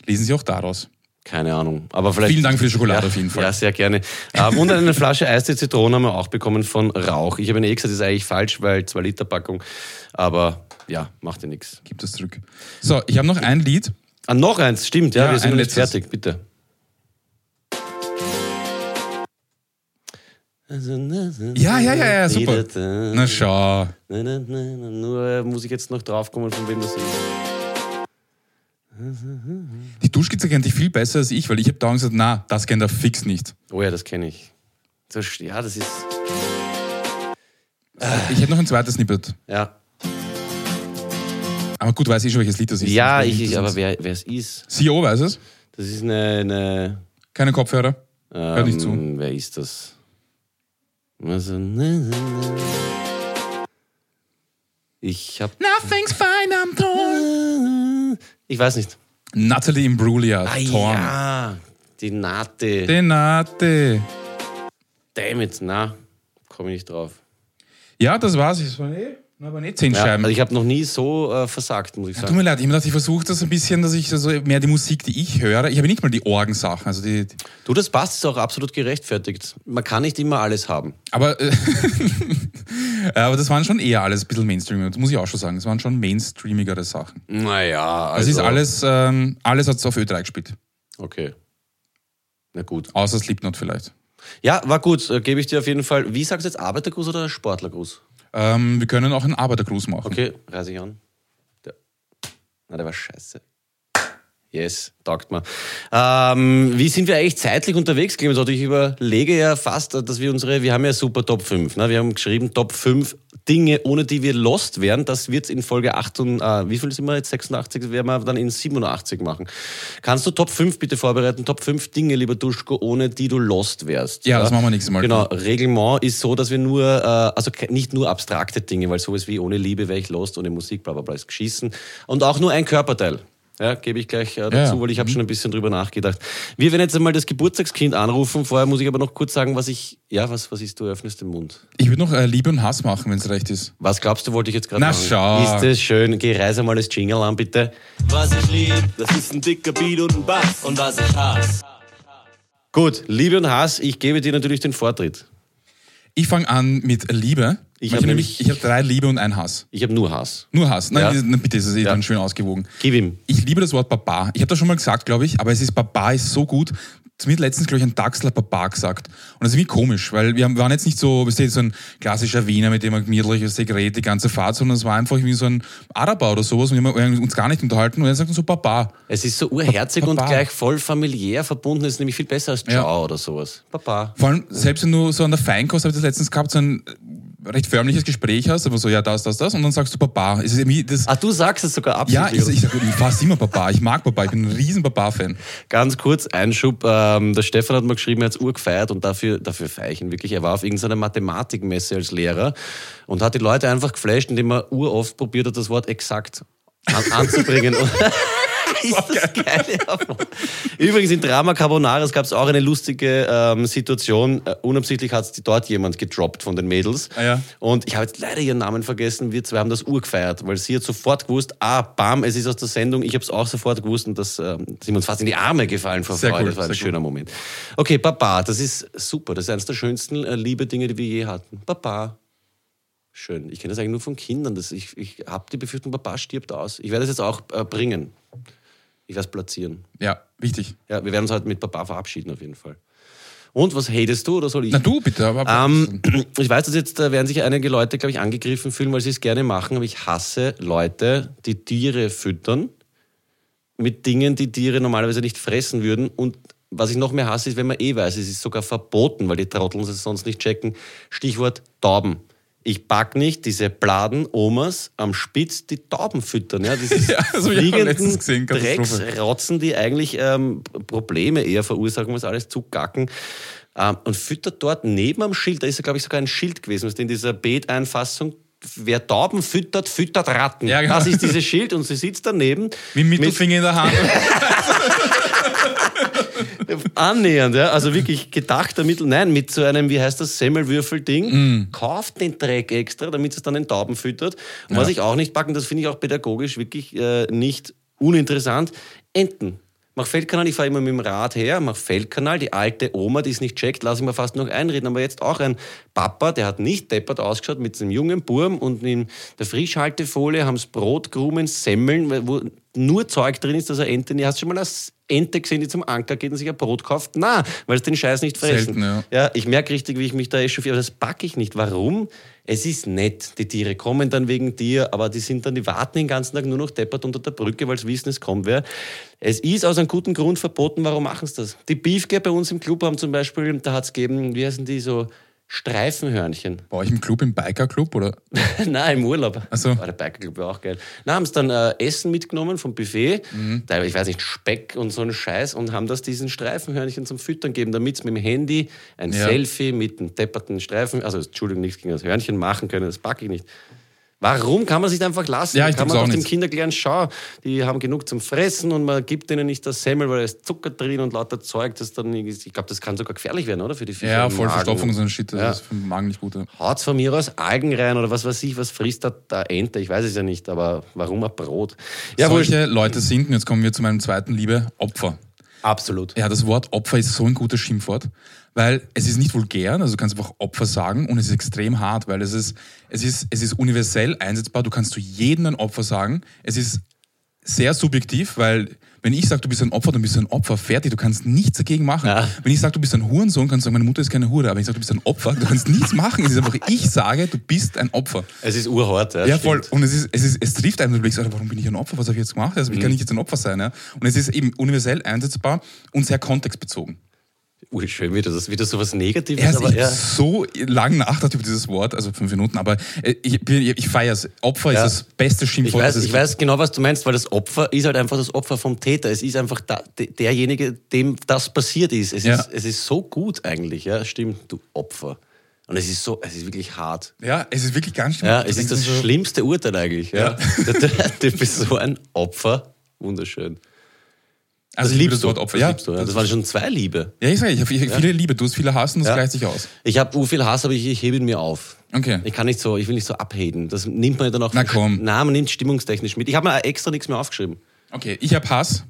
Speaker 2: lesen sie auch daraus.
Speaker 1: Keine Ahnung. Aber vielleicht.
Speaker 2: Vielen Dank für die Schokolade auf jeden Fall.
Speaker 1: Ja, sehr gerne. Ähm, und eine Flasche Eistee Zitronen haben wir auch bekommen von Rauch. Ich habe eine eh gesagt, das ist eigentlich falsch, weil 2 Liter Packung. Aber ja, macht ja nichts.
Speaker 2: Gib das zurück. So, ich habe noch ein Lied.
Speaker 1: Ah, noch eins, stimmt, ja,
Speaker 2: Ja,
Speaker 1: wir sind
Speaker 2: ein
Speaker 1: noch nicht
Speaker 2: letztes.
Speaker 1: fertig, bitte.
Speaker 2: Ja, ja, ja, ja, super. Na schau.
Speaker 1: Nein, nein, nein, nein, nur muss ich jetzt noch draufkommen, von wem das ist.
Speaker 2: Die Duschkizze kennt dich viel besser als ich, weil ich habe da gesagt, na, das kennt er fix nicht.
Speaker 1: Oh ja, das kenne ich. So, sch- ja, das ist.
Speaker 2: Ich hätte noch ein zweites Snippet.
Speaker 1: Ja, aber
Speaker 2: Aber gut, weiß ich schon, welches Lied das ist.
Speaker 1: ja
Speaker 2: Das ist
Speaker 1: ich, ich,
Speaker 2: interessant.
Speaker 1: aber wer wer es ist?
Speaker 2: CEO E weiß es.
Speaker 1: Das ist eine. eine
Speaker 2: Keine Kopfhörer.
Speaker 1: ähm,
Speaker 2: Hör nicht zu.
Speaker 1: Wer ist das? Also, nein, nein, nein. Ich hab.
Speaker 2: Nothing's fine, I'm torn.
Speaker 1: Ich weiß nicht.
Speaker 2: Natalie Imbruglia,
Speaker 1: Ah,
Speaker 2: torn.
Speaker 1: ja, die Nate.
Speaker 2: Denate.
Speaker 1: Damn it, na, komme ich nicht drauf.
Speaker 2: Ja, das war's. Es waren eh, aber nicht zehn
Speaker 1: Ja,
Speaker 2: Scheiben.
Speaker 1: also ich habe noch nie so äh, versagt, muss ich
Speaker 2: Tut
Speaker 1: sagen.
Speaker 2: mir leid, ich habe gedacht, ich versuche das ein bisschen, dass ich also mehr die Musik, die ich höre, ich habe nicht mal die Orgensachen, also die, die
Speaker 1: Du, das passt, ist auch absolut gerechtfertigt. Man kann nicht immer alles haben.
Speaker 2: Aber, äh, [LAUGHS] aber das waren schon eher alles ein bisschen mainstreamiger. Das muss ich auch schon sagen. Das waren schon mainstreamigere Sachen.
Speaker 1: Naja, also-
Speaker 2: Das ist alles, ähm, alles hat es auf Ö3 gespielt.
Speaker 1: Okay. Na gut.
Speaker 2: Außer Slipknot vielleicht.
Speaker 1: Ja, war gut, äh, gebe ich dir auf jeden Fall. Wie sagst du jetzt, Arbeitergruß oder Sportlergruß?
Speaker 2: Ähm, wir können auch einen Arbeitergruß machen.
Speaker 1: Okay, reise ich an. Der. Na, der war scheiße. Yes, taugt mir. Ähm, wie sind wir eigentlich zeitlich unterwegs, Clemens? Otto? Ich überlege ja fast, dass wir unsere, wir haben ja super Top 5, ne? wir haben geschrieben Top 5 Dinge, ohne die wir lost wären. Das wird in Folge 8 und, äh, wie viel sind wir jetzt? 86, werden wir dann in 87 machen. Kannst du Top 5 bitte vorbereiten? Top 5 Dinge, lieber Duschko, ohne die du lost wärst.
Speaker 2: Ja, das machen wir nächstes Mal.
Speaker 1: Genau, Reglement ist so, dass wir nur, äh, also ke- nicht nur abstrakte Dinge, weil sowas wie ohne Liebe wäre ich lost, ohne Musik, bla bla bla, ist geschissen. Und auch nur ein Körperteil. Ja, gebe ich gleich äh, dazu,
Speaker 2: ja. mhm.
Speaker 1: weil ich habe schon ein bisschen drüber nachgedacht. Wir werden jetzt einmal das Geburtstagskind anrufen. Vorher muss ich aber noch kurz sagen, was ich. Ja, was, was ist, du öffnest den Mund.
Speaker 2: Ich würde noch äh, Liebe und Hass machen, wenn es recht ist.
Speaker 1: Was glaubst du, wollte ich jetzt gerade
Speaker 2: Na,
Speaker 1: machen?
Speaker 2: schau.
Speaker 1: Ist das schön? Geh, reiß einmal das Jingle an, bitte.
Speaker 4: Was ich lieb, das ist ein dicker Beat und ein Bass. Und was ich hasse,
Speaker 1: Gut, Liebe und Hass, ich gebe dir natürlich den Vortritt.
Speaker 2: Ich fange an mit Liebe.
Speaker 1: Ich
Speaker 2: Ich habe
Speaker 1: hab nämlich-
Speaker 2: nämlich, ich habe drei Liebe und ein Hass.
Speaker 1: Ich habe nur Hass.
Speaker 2: Nur Hass. Nein,
Speaker 1: Ja.
Speaker 2: dieses- nein, bitte, das ist eh
Speaker 1: Ja.
Speaker 2: dann schön ausgewogen.
Speaker 1: Gib ihm.
Speaker 2: Ich liebe das Wort Barbar. Ich habe das schon mal gesagt, glaube ich, aber es ist Barbar ist so gut. Zu mir hat letztens, glaube ich, ein Dachsler Barbar gesagt. Und das ist irgendwie komisch, weil wir haben, waren jetzt nicht so, weißt du, so ein klassischer Wiener, mit dem man gemütlich weißt du, gerät, die ganze Fahrt, sondern es war einfach irgendwie so ein Araber oder sowas und wir haben uns gar nicht unterhalten und er sagt so Barbar.
Speaker 1: Es ist so urherzig und
Speaker 2: Papa.
Speaker 1: gleich voll familiär verbunden. Ist nämlich viel besser als Ciao
Speaker 2: Ja.
Speaker 1: oder sowas. Papa.
Speaker 2: Vor allem, selbst wenn du so an der Feinkost, habe ich das letztens gehabt, so ein äh, recht förmliches Gespräch hast, aber so, ja, das, das, das, und dann sagst du Barbar. Es ist irgendwie das,
Speaker 1: Ah, du sagst es sogar
Speaker 2: ja,
Speaker 1: absichtlich.
Speaker 2: ich,
Speaker 1: oder?
Speaker 2: ich, ich fast immer Barbar. Ich mag Barbar. Ich bin ein riesen Barbar-Fan.
Speaker 1: Ganz kurz, Einschub. Ähm, der Stefan hat mal geschrieben, er hat Uhr gefeiert und dafür, dafür feiere ich ihn wirklich. Er war auf irgendeiner Mathematikmesse als Lehrer und hat die Leute einfach geflasht, indem er uroft probiert hat, das Wort exakt an,
Speaker 2: [LAUGHS]
Speaker 1: anzubringen. [LAUGHS] Und- Ist das geil. ja, Mann. Übrigens, in Drama Carbonaris gab es auch eine lustige ähm, Situation. Äh, unabsichtlich hat dort jemand gedroppt von den Mädels.
Speaker 2: Ah, ja.
Speaker 1: Und ich habe jetzt leider ihren Namen vergessen. Wir zwei haben das Uhr gefeiert, weil sie hat sofort gewusst, ah, bam, es ist aus der Sendung. Ich habe es auch sofort gewusst und das ähm, sind wir uns fast in die Arme gefallen vor
Speaker 2: Sehr
Speaker 1: Freude.
Speaker 2: cool,
Speaker 1: das war ein
Speaker 2: sehr
Speaker 1: schöner Moment. Okay, Papa, das ist super. Das ist eines der schönsten äh, liebe Dinge, die wir je hatten. Papa. Schön. Ich kenne das eigentlich nur von Kindern. Das, ich ich habe die Befürchtung, Papa stirbt aus. Ich werde es jetzt auch äh, bringen. Ich werde es platzieren.
Speaker 2: Ja, wichtig.
Speaker 1: Ja, wir werden uns heute mit Papa verabschieden auf jeden Fall. Und was hatest du oder soll ich?
Speaker 2: Na du bitte, aber
Speaker 1: Ähm, [CLEARS THROAT] ich weiß, dass jetzt da werden sich einige Leute, glaube ich, angegriffen fühlen, weil sie es gerne machen, aber ich hasse Leute, die Tiere füttern mit Dingen, die Tiere normalerweise nicht fressen würden. Und was ich noch mehr hasse, ist, wenn man eh weiß, es ist sogar verboten, weil die Trotteln es sonst nicht checken. Stichwort Tauben. Ich pack nicht diese bladen Omas am Spitz, die Tauben füttern. Ja,
Speaker 2: [LAUGHS]
Speaker 1: das ist
Speaker 2: Ja, das hab ich auch letztens gesehen, Katastrophe.
Speaker 1: Drecksrotzen, die eigentlich ähm, Probleme eher verursachen, was alles zugacken. Ähm, und füttert dort neben am Schild, da ist ja, glaube ich, sogar ein Schild gewesen, was in dieser Beeteinfassung, wer Tauben füttert, füttert Ratten.
Speaker 2: Ja, genau.
Speaker 1: Das ist dieses Schild und sie sitzt daneben.
Speaker 2: mit dem Mittelfinger in der Hand.
Speaker 1: [LAUGHS] Mit- annähernd, ja. Also wirklich gedachter Mittel. Nein, mit so einem, wie heißt das, Semmelwürfel-Ding. Kauft den Dreck extra, damit es dann den Tauben füttert. Und was ich auch nicht packen, das finde ich auch pädagogisch wirklich äh, nicht uninteressant, Enten. Mach Feldkanal, ich fahre immer mit dem Rad her, mach Feldkanal, die alte Oma, die es nicht checkt, lasse ich mir fast noch einreden. Aber jetzt auch ein Papa, der hat nicht deppert ausgeschaut mit einem jungen Burm und in der Frischhaltefolie haben es Brotkrumen, Semmeln, weil- wo nur Zeug drin ist, dass er Ente, nie- hast du schon mal eine Ente gesehen, die zum Anker geht und sich ein Brot kauft? Na, weil es den Scheiß nicht fressen.
Speaker 2: Selten, ja.
Speaker 1: Ja, ich merke richtig, wie ich mich da echauffiere. Aber das packe ich nicht. Warum? Es ist nett. Die Tiere kommen dann wegen dir, aber die sind dann, die warten den ganzen Tag nur noch deppert unter der Brücke, weil sie wissen, es kommt wer. Es ist aus einem guten Grund verboten, warum machen sie das? Die Beefke bei uns im Club haben zum Beispiel, da hat es gegeben, wie heißen die so? Streifenhörnchen.
Speaker 2: War ich im Club, im Biker-Club oder?
Speaker 1: [LAUGHS] Nein, im Urlaub.
Speaker 2: Ach so.
Speaker 1: War der Bikerclub war auch geil. Na, haben sie dann äh, Essen mitgenommen vom Buffet,
Speaker 2: Mhm.
Speaker 1: da, ich weiß nicht, Speck und so einen Scheiß und haben das diesen Streifenhörnchen zum Füttern gegeben, damit sie mit dem Handy ein
Speaker 2: Ja.
Speaker 1: Selfie mit dem depperten Streifen, also Entschuldigung, nichts gegen das Hörnchen machen können, das packe ich nicht. Warum kann man sich einfach lassen?
Speaker 2: Ja, ich
Speaker 1: kann
Speaker 2: glaub's
Speaker 1: man
Speaker 2: auch
Speaker 1: doch dem
Speaker 2: nicht.
Speaker 1: Kind erklären, schau, die haben genug zum Fressen und man gibt denen nicht das Semmel, weil da ist Zucker drin und lauter Zeug, das dann, irgendwie- ich glaube, das kann sogar gefährlich werden, oder? Für die Fische.
Speaker 2: Ja,
Speaker 1: im
Speaker 2: voll
Speaker 1: Magen.
Speaker 2: Verstopfung und so ein Shit. Das
Speaker 1: Ja.
Speaker 2: ist für den Magen nicht gut. ja.
Speaker 1: Haut's von mir aus Algen rein oder was weiß ich, was frisst da da Ente? Ich weiß es ja nicht, aber warum ein Brot? Ja, wohl.
Speaker 2: Solche Leute sind, und jetzt kommen wir zu meinem zweiten Liebe, Opfer.
Speaker 1: Absolut.
Speaker 2: Ja, das Wort Opfer ist so ein gutes Schimpfwort, weil es ist nicht vulgär, also du kannst einfach Opfer sagen und es ist extrem hart, weil es ist, es ist, es ist universell einsetzbar, du kannst zu jedem ein Opfer sagen. Es ist sehr subjektiv, weil Wenn ich sage, du bist ein Opfer, dann bist du ein Opfer. Fertig, du kannst nichts dagegen machen.
Speaker 1: Ja.
Speaker 2: Wenn ich sage, du bist ein Hurensohn, kannst du sagen, meine Mutter ist keine Hure. Aber wenn ich sage, du bist ein Opfer, du kannst nichts machen. Es ist einfach, ich sage, du bist ein Opfer.
Speaker 1: Es ist urhart. Ja,
Speaker 2: Ja,
Speaker 1: stimmt.
Speaker 2: voll. Und es, ist, es, ist, es trifft einem, du denkst, Alter, warum bin ich ein Opfer? Was habe ich jetzt gemacht?
Speaker 1: Mhm.
Speaker 2: Also, wie kann ich jetzt ein Opfer sein? Ja? Und es ist eben universell einsetzbar und sehr kontextbezogen.
Speaker 1: Urschön, wie du das wieder so was Negatives,
Speaker 2: Erst
Speaker 1: aber
Speaker 2: ich
Speaker 1: ja.
Speaker 2: so lang nachgedacht über dieses Wort, also fünf Minuten, aber äh, ich, bin- ich feiere es. Opfer
Speaker 1: Ja.
Speaker 2: ist das beste
Speaker 1: Ich
Speaker 2: Schimpfwort.
Speaker 1: weiß,
Speaker 2: das es
Speaker 1: ich
Speaker 2: gibt.
Speaker 1: weiß genau, was du meinst, weil das Opfer ist halt einfach das Opfer vom Täter. Es ist einfach da, de- derjenige, dem das passiert ist. Es,
Speaker 2: Ja.
Speaker 1: ist. es ist so gut eigentlich, ja, stimmt, du Opfer. Und es ist so, es ist wirklich hart.
Speaker 2: Ja, es ist wirklich ganz schlimm.
Speaker 1: Ja,
Speaker 2: Du
Speaker 1: es ist
Speaker 2: denkst
Speaker 1: das
Speaker 2: dir so,
Speaker 1: schlimmste Urteil eigentlich. Ja. du bist so ein Opfer. Wunderschön.
Speaker 2: Also,
Speaker 1: Das
Speaker 2: ich liebe
Speaker 1: liebst
Speaker 2: das
Speaker 1: du.
Speaker 2: Wort Opfer.
Speaker 1: Das
Speaker 2: Ja,
Speaker 1: liebst du. Ja. Das waren schon zwei Liebe.
Speaker 2: ja ich sage, ich habe viele Liebe, du hast viele Hass und das
Speaker 1: Ja.
Speaker 2: gleicht sich aus.
Speaker 1: Ich habe u viel Hass, aber ich, ich hebe ihn mir auf.
Speaker 2: Okay.
Speaker 1: Ich kann nicht so, ich will nicht so abhaten. Das nimmt man ja dann auch.
Speaker 2: Na komm.
Speaker 1: Na, man nimmt stimmungstechnisch mit. Ich habe mir extra nichts mehr aufgeschrieben.
Speaker 2: Okay, ich habe Hass.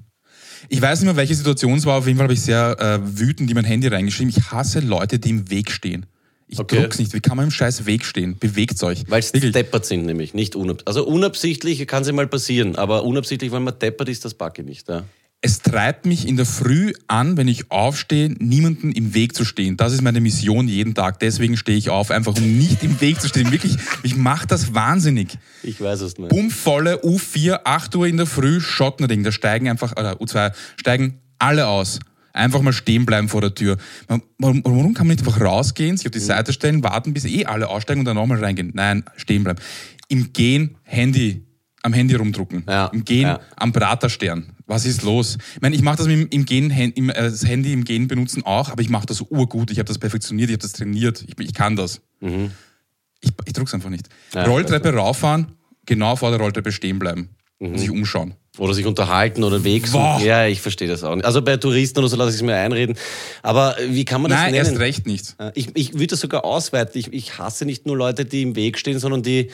Speaker 2: Ich weiß nicht mehr, welche Situation es war. Auf jeden Fall habe ich sehr äh, wütend in mein Handy reingeschrieben. Ich hasse Leute, die im Weg stehen. Ich
Speaker 1: Okay.
Speaker 2: druck's nicht. Wie kann man im scheiß Weg stehen? Bewegt euch.
Speaker 1: Weil es
Speaker 2: Wirklich.
Speaker 1: deppert sind, nämlich nicht unabsichtlich. Also unabsichtlich kann es mal passieren, aber unabsichtlich, weil man deppert ist, das packe ich nicht. Ja.
Speaker 2: Es treibt mich in der Früh an, wenn ich aufstehe, niemanden im Weg zu stehen. Das ist meine Mission jeden Tag. Deswegen stehe ich auf, einfach um nicht im Weg zu stehen. Wirklich, mich macht das wahnsinnig.
Speaker 1: Ich weiß es nicht.
Speaker 2: Bummvolle U4, 8 Uhr in der Früh, Schottenring. Da steigen einfach, oder U2, steigen alle aus. Einfach mal stehen bleiben vor der Tür. Man- Warum, warum kann man nicht einfach rausgehen, sich auf die Seite stellen, warten, bis eh alle aussteigen und dann nochmal reingehen? Nein, stehen bleiben. Im Gehen Handy, am Handy rumdrucken.
Speaker 1: Ja,
Speaker 2: Im Gehen
Speaker 1: ja.
Speaker 2: am Praterstern. Was ist los? Ich meine, ich mache das mit, dem- im Gehen, Hen- im, äh, das Handy im Gehen benutzen auch, aber ich mache das urgut. Ich habe das perfektioniert, ich habe das trainiert. Ich, bin- ich kann das. Ich, ich druck's einfach nicht.
Speaker 1: Mhm. Ja, also.
Speaker 2: Rolltreppe rauffahren, genau vor der Rolltreppe stehen bleiben
Speaker 1: Mhm.
Speaker 2: und sich umschauen.
Speaker 1: Oder sich unterhalten oder Weg
Speaker 2: Boah.
Speaker 1: suchen. Ja, ich verstehe das auch nicht. Also bei Touristen oder so lasse ich es mir einreden. Aber wie kann man das
Speaker 2: Nein,
Speaker 1: nennen?
Speaker 2: erst recht nicht.
Speaker 1: Ja, Äh, Ich, ich würde das sogar ausweiten. Ich, ich hasse nicht nur Leute, die im Weg stehen, sondern die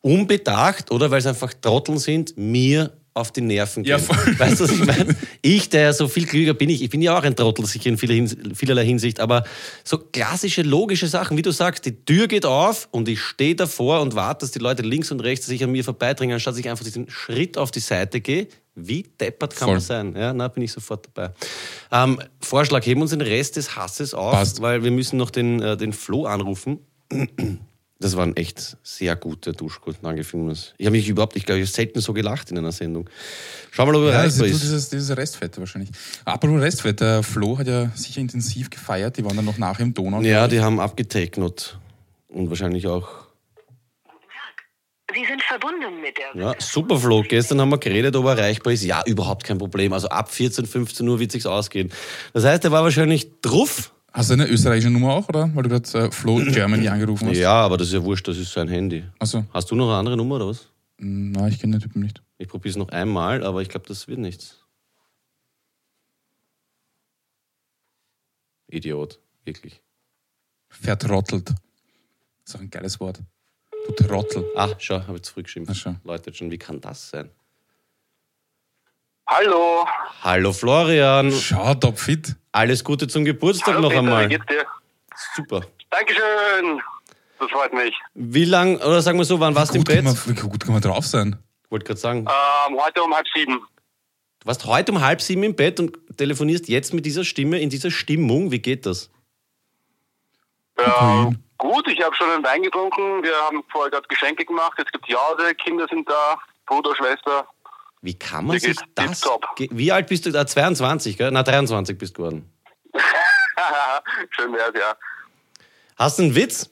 Speaker 1: unbedacht oder weil sie einfach Trotteln sind, mir auf die Nerven gehen.
Speaker 2: Ja,
Speaker 1: [LAUGHS]
Speaker 2: voll.
Speaker 1: weißt du, was ich meine? Ich, der ja so viel klüger bin, ich, ich bin ja auch ein Trottel sicher in vieler Hins vielerlei Hinsicht, aber so klassische, logische Sachen, wie du sagst, die Tür geht auf und ich stehe davor und warte, dass die Leute links und rechts sich an mir vorbeidringen, anstatt dass ich einfach diesen Schritt auf die Seite gehe. Wie deppert kann
Speaker 2: Voll.
Speaker 1: man sein? Ja, na, bin ich sofort dabei. Ähm, Vorschlag, heben uns den Rest des Hasses auf,
Speaker 2: Passt.
Speaker 1: weil wir müssen noch den, äh, den Flo anrufen. Das waren echt sehr gute Duschkurten angefilmt. Ich habe mich überhaupt, ich glaube, ich habe selten so gelacht in einer Sendung. Schau mal, ob er
Speaker 2: Ja, das ist
Speaker 1: erreichbar
Speaker 2: nur
Speaker 1: ist.
Speaker 2: dieses, dieses Restfett wahrscheinlich. Apropos Restfett, der Flo hat ja sicher intensiv gefeiert. Die waren dann noch nachher im Donau.
Speaker 1: Ja, die haben abgeteknot. Und wahrscheinlich auch.
Speaker 5: Guten Tag. Sie sind verbunden mit der.
Speaker 1: Ja, super Flo. Gestern haben wir geredet, ob er erreichbar ist. Ja, überhaupt kein Problem. Also ab 14, 15 Uhr wird sich's ausgehen. Das heißt, er war wahrscheinlich drauf.
Speaker 2: Hast du eine österreichische Nummer auch, oder? Weil du gerade äh, Flo
Speaker 1: [CLEARS THROAT]
Speaker 2: Germany angerufen hast.
Speaker 1: Ja, aber das ist ja wurscht, das ist sein Handy.
Speaker 2: Achso,
Speaker 1: Hast du noch eine andere Nummer oder was?
Speaker 2: Hm, nein, ich kenne den Typen nicht.
Speaker 1: Ich probiere es noch einmal, aber ich glaube, das wird nichts. Idiot, wirklich.
Speaker 2: Vertrottelt. Das ist auch ein geiles Wort. Du Trottel.
Speaker 1: Ah, schau, habe ich zurückgeschrieben.
Speaker 2: Ach, schau.
Speaker 1: Leute, schon, wie kann das sein?
Speaker 6: Hallo.
Speaker 1: Hallo Florian,
Speaker 2: Schau, topfit.
Speaker 1: alles Gute zum Geburtstag noch
Speaker 6: Peter,
Speaker 1: einmal.
Speaker 6: Wie geht's dir?
Speaker 1: Super.
Speaker 6: Dankeschön. Das freut mich.
Speaker 1: Wie lang, oder sagen wir so, wann warst du im
Speaker 2: Gut kann,
Speaker 1: Bett?
Speaker 2: man, wie gut kann man drauf sein.
Speaker 1: Wollte gerade sagen, du
Speaker 6: Ähm, heute um halb sieben.
Speaker 1: warst heute um halb sieben im Bett und telefonierst jetzt mit dieser Stimme, in dieser Stimmung. Wie geht das?
Speaker 6: Ja, gut, ich habe schon einen Wein getrunken. Wir haben vorher gerade Geschenke gemacht. Jetzt gibt's Jause, Kinder sind da, Bruder, Schwester.
Speaker 1: Wie kann man
Speaker 6: Mir
Speaker 1: sich
Speaker 6: geht's
Speaker 1: das...
Speaker 6: tipptopp.
Speaker 1: ge- Wie alt bist du? Ah, 22, gell? Na, 23 bist du geworden.
Speaker 6: Schön wär's, ja.
Speaker 1: Hast du einen Witz?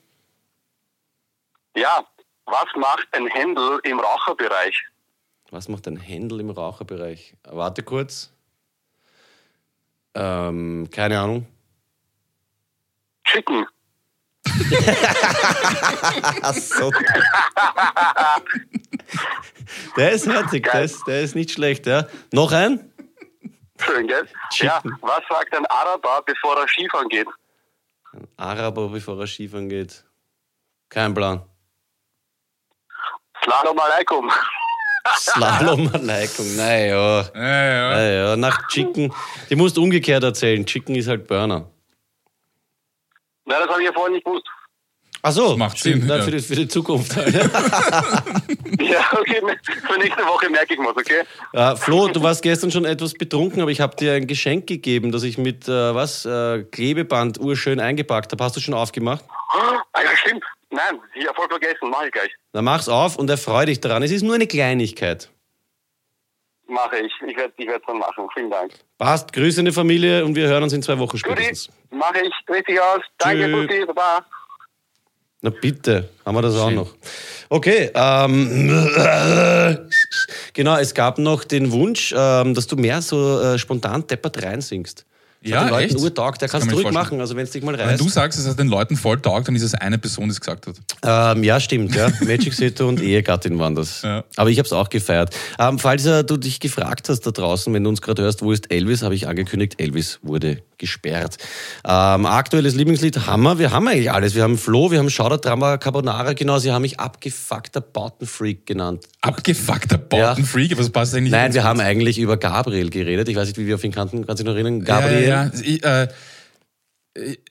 Speaker 6: Ja, was macht ein Händel im Raucherbereich?
Speaker 1: Was macht ein Händel im Raucherbereich? Warte kurz. Ähm, keine Ahnung.
Speaker 6: Chicken.
Speaker 1: So. [LAUGHS] der ist herzig, der ist, der ist nicht schlecht, ja. Noch ein?
Speaker 6: Schön, gell? Ja,
Speaker 1: Chicken.
Speaker 6: was sagt ein Araber, bevor er Skifahren geht?
Speaker 1: Araber, bevor er Skifahren geht. Kein Plan.
Speaker 6: Slalom alaikum.
Speaker 1: [LAUGHS] Slalom-Neigung, naja.
Speaker 2: Ja, ja.
Speaker 1: Naja, nach Chicken. Die musst umgekehrt erzählen. Chicken ist halt Burner.
Speaker 6: Na, das habe ich ja vorher nicht gewusst.
Speaker 1: Ach so,
Speaker 2: macht
Speaker 1: stimmt,
Speaker 2: Sinn,
Speaker 1: na,
Speaker 2: ja.
Speaker 1: für, die, für die Zukunft. [LAUGHS]
Speaker 6: Ja, okay, [LAUGHS] für nächste Woche merke ich mir's, okay?
Speaker 1: Äh, Flo, du warst gestern schon etwas betrunken, aber ich habe dir ein Geschenk gegeben, das ich mit äh, was äh, Klebeband urschön eingepackt habe. Hast du schon aufgemacht?
Speaker 6: Ah ja, stimmt. Nein, ich habe voll vergessen, mache ich gleich.
Speaker 1: Dann mach's auf und erfreu dich daran. Es ist nur eine Kleinigkeit.
Speaker 6: Mache ich. Ich werde ich werd's dann machen. Vielen Dank.
Speaker 1: Passt, grüße in die Familie und wir hören uns in zwei Wochen
Speaker 6: Guti,
Speaker 1: spätestens.
Speaker 6: mache ich. Richtig aus. Danke,
Speaker 1: Tschö.
Speaker 6: Guti. Baba.
Speaker 1: Na bitte, haben wir das auch noch. Okay, ähm, [LAUGHS] genau, es gab noch den Wunsch, ähm, dass du mehr so äh, spontan deppert reinsingst. Das
Speaker 2: Ja,
Speaker 1: hat den Leuten
Speaker 2: echt?
Speaker 1: urtaugt, der
Speaker 2: Das
Speaker 1: kannst
Speaker 2: kann
Speaker 1: du
Speaker 2: man
Speaker 1: ruhig
Speaker 2: nicht vorstellen.
Speaker 1: machen, also wenn es dich mal
Speaker 2: Wenn
Speaker 1: reißt.
Speaker 2: du sagst, es hat den Leuten voll taugt, dann ist es eine Person, die es gesagt hat.
Speaker 1: Ähm, ja, stimmt. Ja. [LAUGHS] Magic Seto und Ehegattin waren das.
Speaker 2: Ja.
Speaker 1: Aber ich habe es auch gefeiert. Ähm, falls äh, du dich gefragt hast da draußen, wenn du uns gerade hörst, wo ist Elvis, habe ich angekündigt, Elvis wurde gesperrt. Ähm, aktuelles Lieblingslied Hammer. Wir haben eigentlich alles. Wir haben Flo, wir haben Schauder, Drama, Carbonara. Genau, sie haben mich abgefuckter Bautenfreak genannt.
Speaker 2: Abgefuckter Bautenfreak, was passt eigentlich?
Speaker 1: Nein, wir haben eigentlich über Gabriel geredet. Ich weiß nicht, wie wir auf ihn kannten. Kannst du dich noch erinnern? Gabriel.
Speaker 2: Ja, ja, ja. Ich, äh,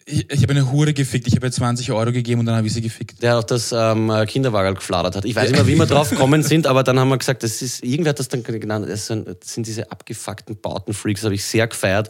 Speaker 2: ich, ich habe eine Hure gefickt. Ich habe ihr 20 Euro gegeben und dann habe ich sie gefickt.
Speaker 1: der auf das ähm, Kinderwagen gefladert hat. Ich weiß nicht mehr, wie wir drauf gekommen sind, aber dann haben wir gesagt, das ist, irgendwer hat das dann genannt, das sind, das sind diese abgefuckten Bautenfreaks, das habe ich sehr gefeiert.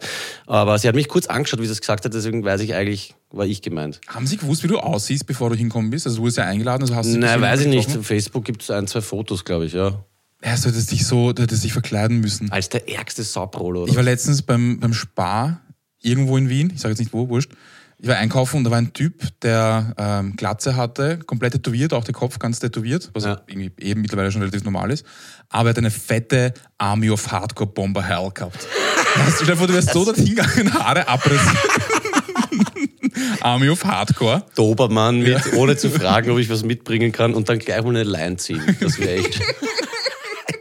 Speaker 1: Aber sie hat mich kurz angeschaut, wie sie es gesagt hat, deswegen weiß ich eigentlich, war ich gemeint.
Speaker 2: Haben sie gewusst, wie du aussiehst, bevor du hinkommen bist? Also du wurdest ja eingeladen, also hast du sie
Speaker 1: Nein,
Speaker 2: persönlich
Speaker 1: weiß ich nicht.
Speaker 2: getroffen?
Speaker 1: Auf Facebook gibt es ein, zwei Fotos, glaube ich, ja.
Speaker 2: Ja, so, dass dich so, dass dich verkleiden müssen.
Speaker 1: Als der ärgste Sauprolo,
Speaker 2: Ich
Speaker 1: oder?
Speaker 2: war letztens beim, beim Spar, irgendwo in Wien, ich sage jetzt nicht wo, wurscht. Ich war einkaufen und da war ein Typ, der ähm, Glatze hatte, komplett tätowiert, auch der Kopf ganz tätowiert, was
Speaker 1: Ja.
Speaker 2: irgendwie eben mittlerweile schon relativ normal ist. Aber er hat eine fette Army of Hardcore Bomber Hell gehabt. [LAUGHS] Weißt du, stell dir vor, du wärst so dorthin gegangen, Haare [LAUGHS] abrissen. Army of Hardcore.
Speaker 1: Dobermann mit, ohne zu fragen, ob ich was mitbringen kann und dann gleich mal eine Line ziehen. Das wäre echt.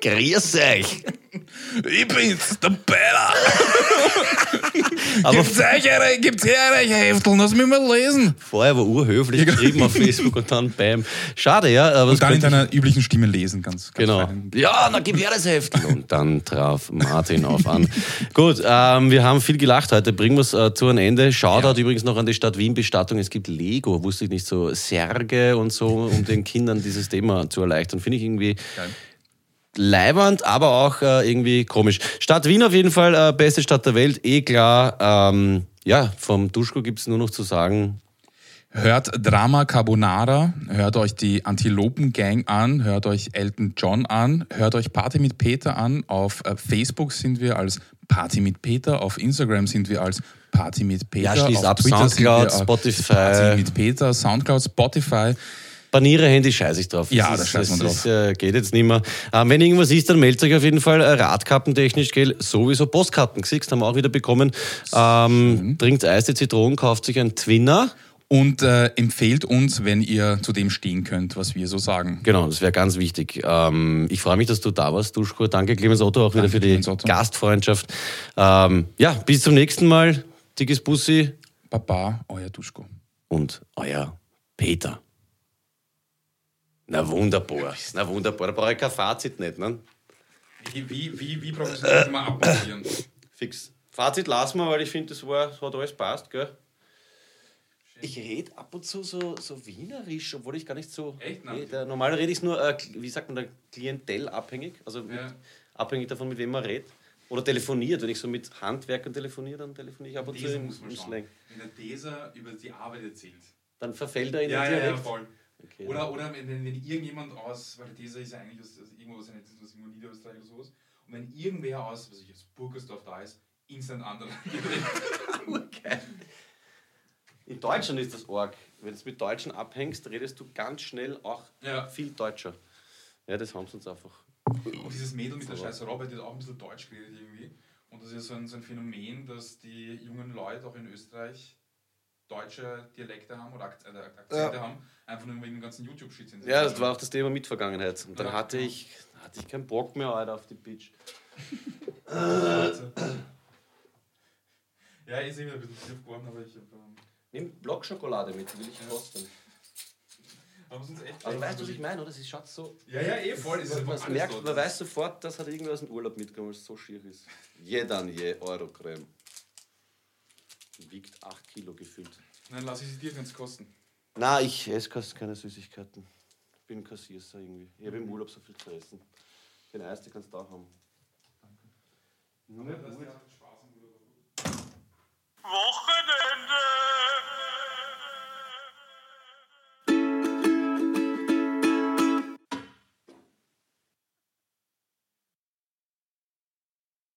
Speaker 1: Grüß euch!
Speaker 2: Ich bin's, der Bella.
Speaker 1: Aber-
Speaker 2: gibt's, euch eure, gibt's her eure Hefteln, lass mich mal lesen.
Speaker 1: Vorher war urhöflich geschrieben auf Facebook und dann bam. Schade, ja. Aber es
Speaker 2: Und dann in
Speaker 1: könnte-
Speaker 2: deiner üblichen Stimme lesen, ganz, ganz
Speaker 1: Genau.
Speaker 2: fein.
Speaker 1: Ja, na gib her das Heft. Und dann traf Martin auf an. Gut, ähm, wir haben viel gelacht heute. Bringen wir es äh, zu einem Ende. Shoutout übrigens noch an die Stadt Wien Bestattung. Es gibt Lego, wusste ich nicht, so Särge und so, um den Kindern dieses Thema zu erleichtern. Finde ich irgendwie leibernd, aber auch äh, irgendwie komisch. Stadt Wien auf jeden Fall, äh, beste Stadt der Welt, eh klar. Ähm, ja, vom Duschko gibt es nur noch zu sagen,
Speaker 2: Hört Drama Carbonara, hört euch die Antilopen Gang an, hört euch Elton John an, hört euch Party mit Peter an. Auf äh, Facebook sind wir als Party mit Peter, auf Instagram sind wir als Party mit Peter.
Speaker 1: Ja, schließ
Speaker 2: auf
Speaker 1: ab,
Speaker 2: sind wir
Speaker 1: Soundcloud,
Speaker 2: als
Speaker 1: Spotify.
Speaker 2: Party mit Peter, Soundcloud, Spotify.
Speaker 1: Paniere Handy scheiße ich drauf.
Speaker 2: Ja,
Speaker 1: Das
Speaker 2: da
Speaker 1: ist-
Speaker 2: scheißt man
Speaker 1: das
Speaker 2: drauf.
Speaker 1: Ist, äh, geht jetzt nicht mehr. Ähm, wenn irgendwas ist, dann meldet euch auf jeden Fall. Äh, Radkappentechnisch, gell, sowieso Postkarten. Gesixt haben wir auch wieder bekommen. Ähm, trinkt Eis, Zitronen, kauft sich ein Twinner.
Speaker 2: Und äh, empfehlt uns, wenn ihr zu dem stehen könnt, was wir so sagen.
Speaker 1: Genau, das wäre ganz wichtig. Ähm, ich freue mich, dass du da warst, Duschko. Danke, Clemens Otto, auch wieder für die
Speaker 2: Clemens Otto.
Speaker 1: Gastfreundschaft. Ähm, ja, bis zum nächsten Mal. Dickes Bussi
Speaker 2: Baba, euer Duschko.
Speaker 1: und euer Peter. Na wunderbar, na wunderbar. Da brauche ich kein Fazit nicht, ne?
Speaker 2: Wie, wie, wie, wie professionell mal abpassieren?
Speaker 1: Äh. Fix. Fazit lassen wir, weil ich finde, das war, es hat alles passt, gell? Ich rede ab und zu so, so wienerisch, obwohl ich gar nicht so.
Speaker 2: Echt? Nein.
Speaker 1: Nee, da, normal rede ich nur, äh, wie sagt man da, klientellabhängig. Also mit,
Speaker 2: Ja.
Speaker 1: abhängig davon, mit wem man redet. Oder telefoniert. Wenn ich so mit Handwerkern telefoniere, dann telefoniere ich ab und zu im, im Slang.
Speaker 2: Wenn der Deser über die Arbeit erzählt.
Speaker 1: Dann verfällt er in
Speaker 2: Ja,
Speaker 1: den
Speaker 2: ja, ja,
Speaker 1: Dialekt. Genau.
Speaker 2: voll.
Speaker 1: Okay.
Speaker 2: Oder, oder wenn, wenn irgendjemand aus, weil dieser ist ja eigentlich aus, aus irgendwo aus, aus, aus irgendwo Niederösterreich oder sowas, und wenn irgendwer aus, was weiß ich aus Burgersdorf da ist, instant [LAUGHS] andere.
Speaker 1: In Deutschland ist das arg. Wenn du mit Deutschen abhängst, redest du ganz schnell auch
Speaker 2: Ja.
Speaker 1: viel deutscher. Ja, das haben sie uns einfach.
Speaker 2: und dieses Mädel mit der scheiß Robert, die hat auch ein bisschen Deutsch geredet irgendwie. Und das ist so ein, so ein Phänomen, dass die jungen Leute auch in Österreich deutsche Dialekte haben oder Ak- äh, Akzente haben, einfach nur wegen dem ganzen YouTube-Shit. den sie
Speaker 1: Ja, das
Speaker 2: machen.
Speaker 1: war auch das Thema Mitvergangenheit. Und dann
Speaker 2: Ja. genau.
Speaker 1: hatte ich, hatte ich keinen Bock mehr Alter, auf die Bitch.
Speaker 2: Ja, ich sehe wieder ein bisschen tief geworden, aber ich habe. Ähm,
Speaker 1: Nimm Blockschokolade mit, die will ich kosten.
Speaker 2: haben sie uns echt.
Speaker 1: Also weißt du, was ich meine, oder? Sie schaut so.
Speaker 2: Ja, ja, eh voll. Das ist
Speaker 1: Man,
Speaker 2: alles
Speaker 1: merkt,
Speaker 2: dort.
Speaker 1: man weiß sofort, das hat irgendwer aus dem Urlaub mitgenommen, weil es so schier ist. Je dann je, Eurocreme. Wiegt 8 Kilo gefühlt.
Speaker 2: Nein, lass ich sie dir ganz kosten.
Speaker 1: Na, ich esse fast keine Süßigkeiten. Ich bin Kassierer irgendwie. Ich
Speaker 2: Mhm.
Speaker 1: habe im Urlaub so viel zu essen. Den Eis, den kannst du auch haben. Nur mit Ruhe.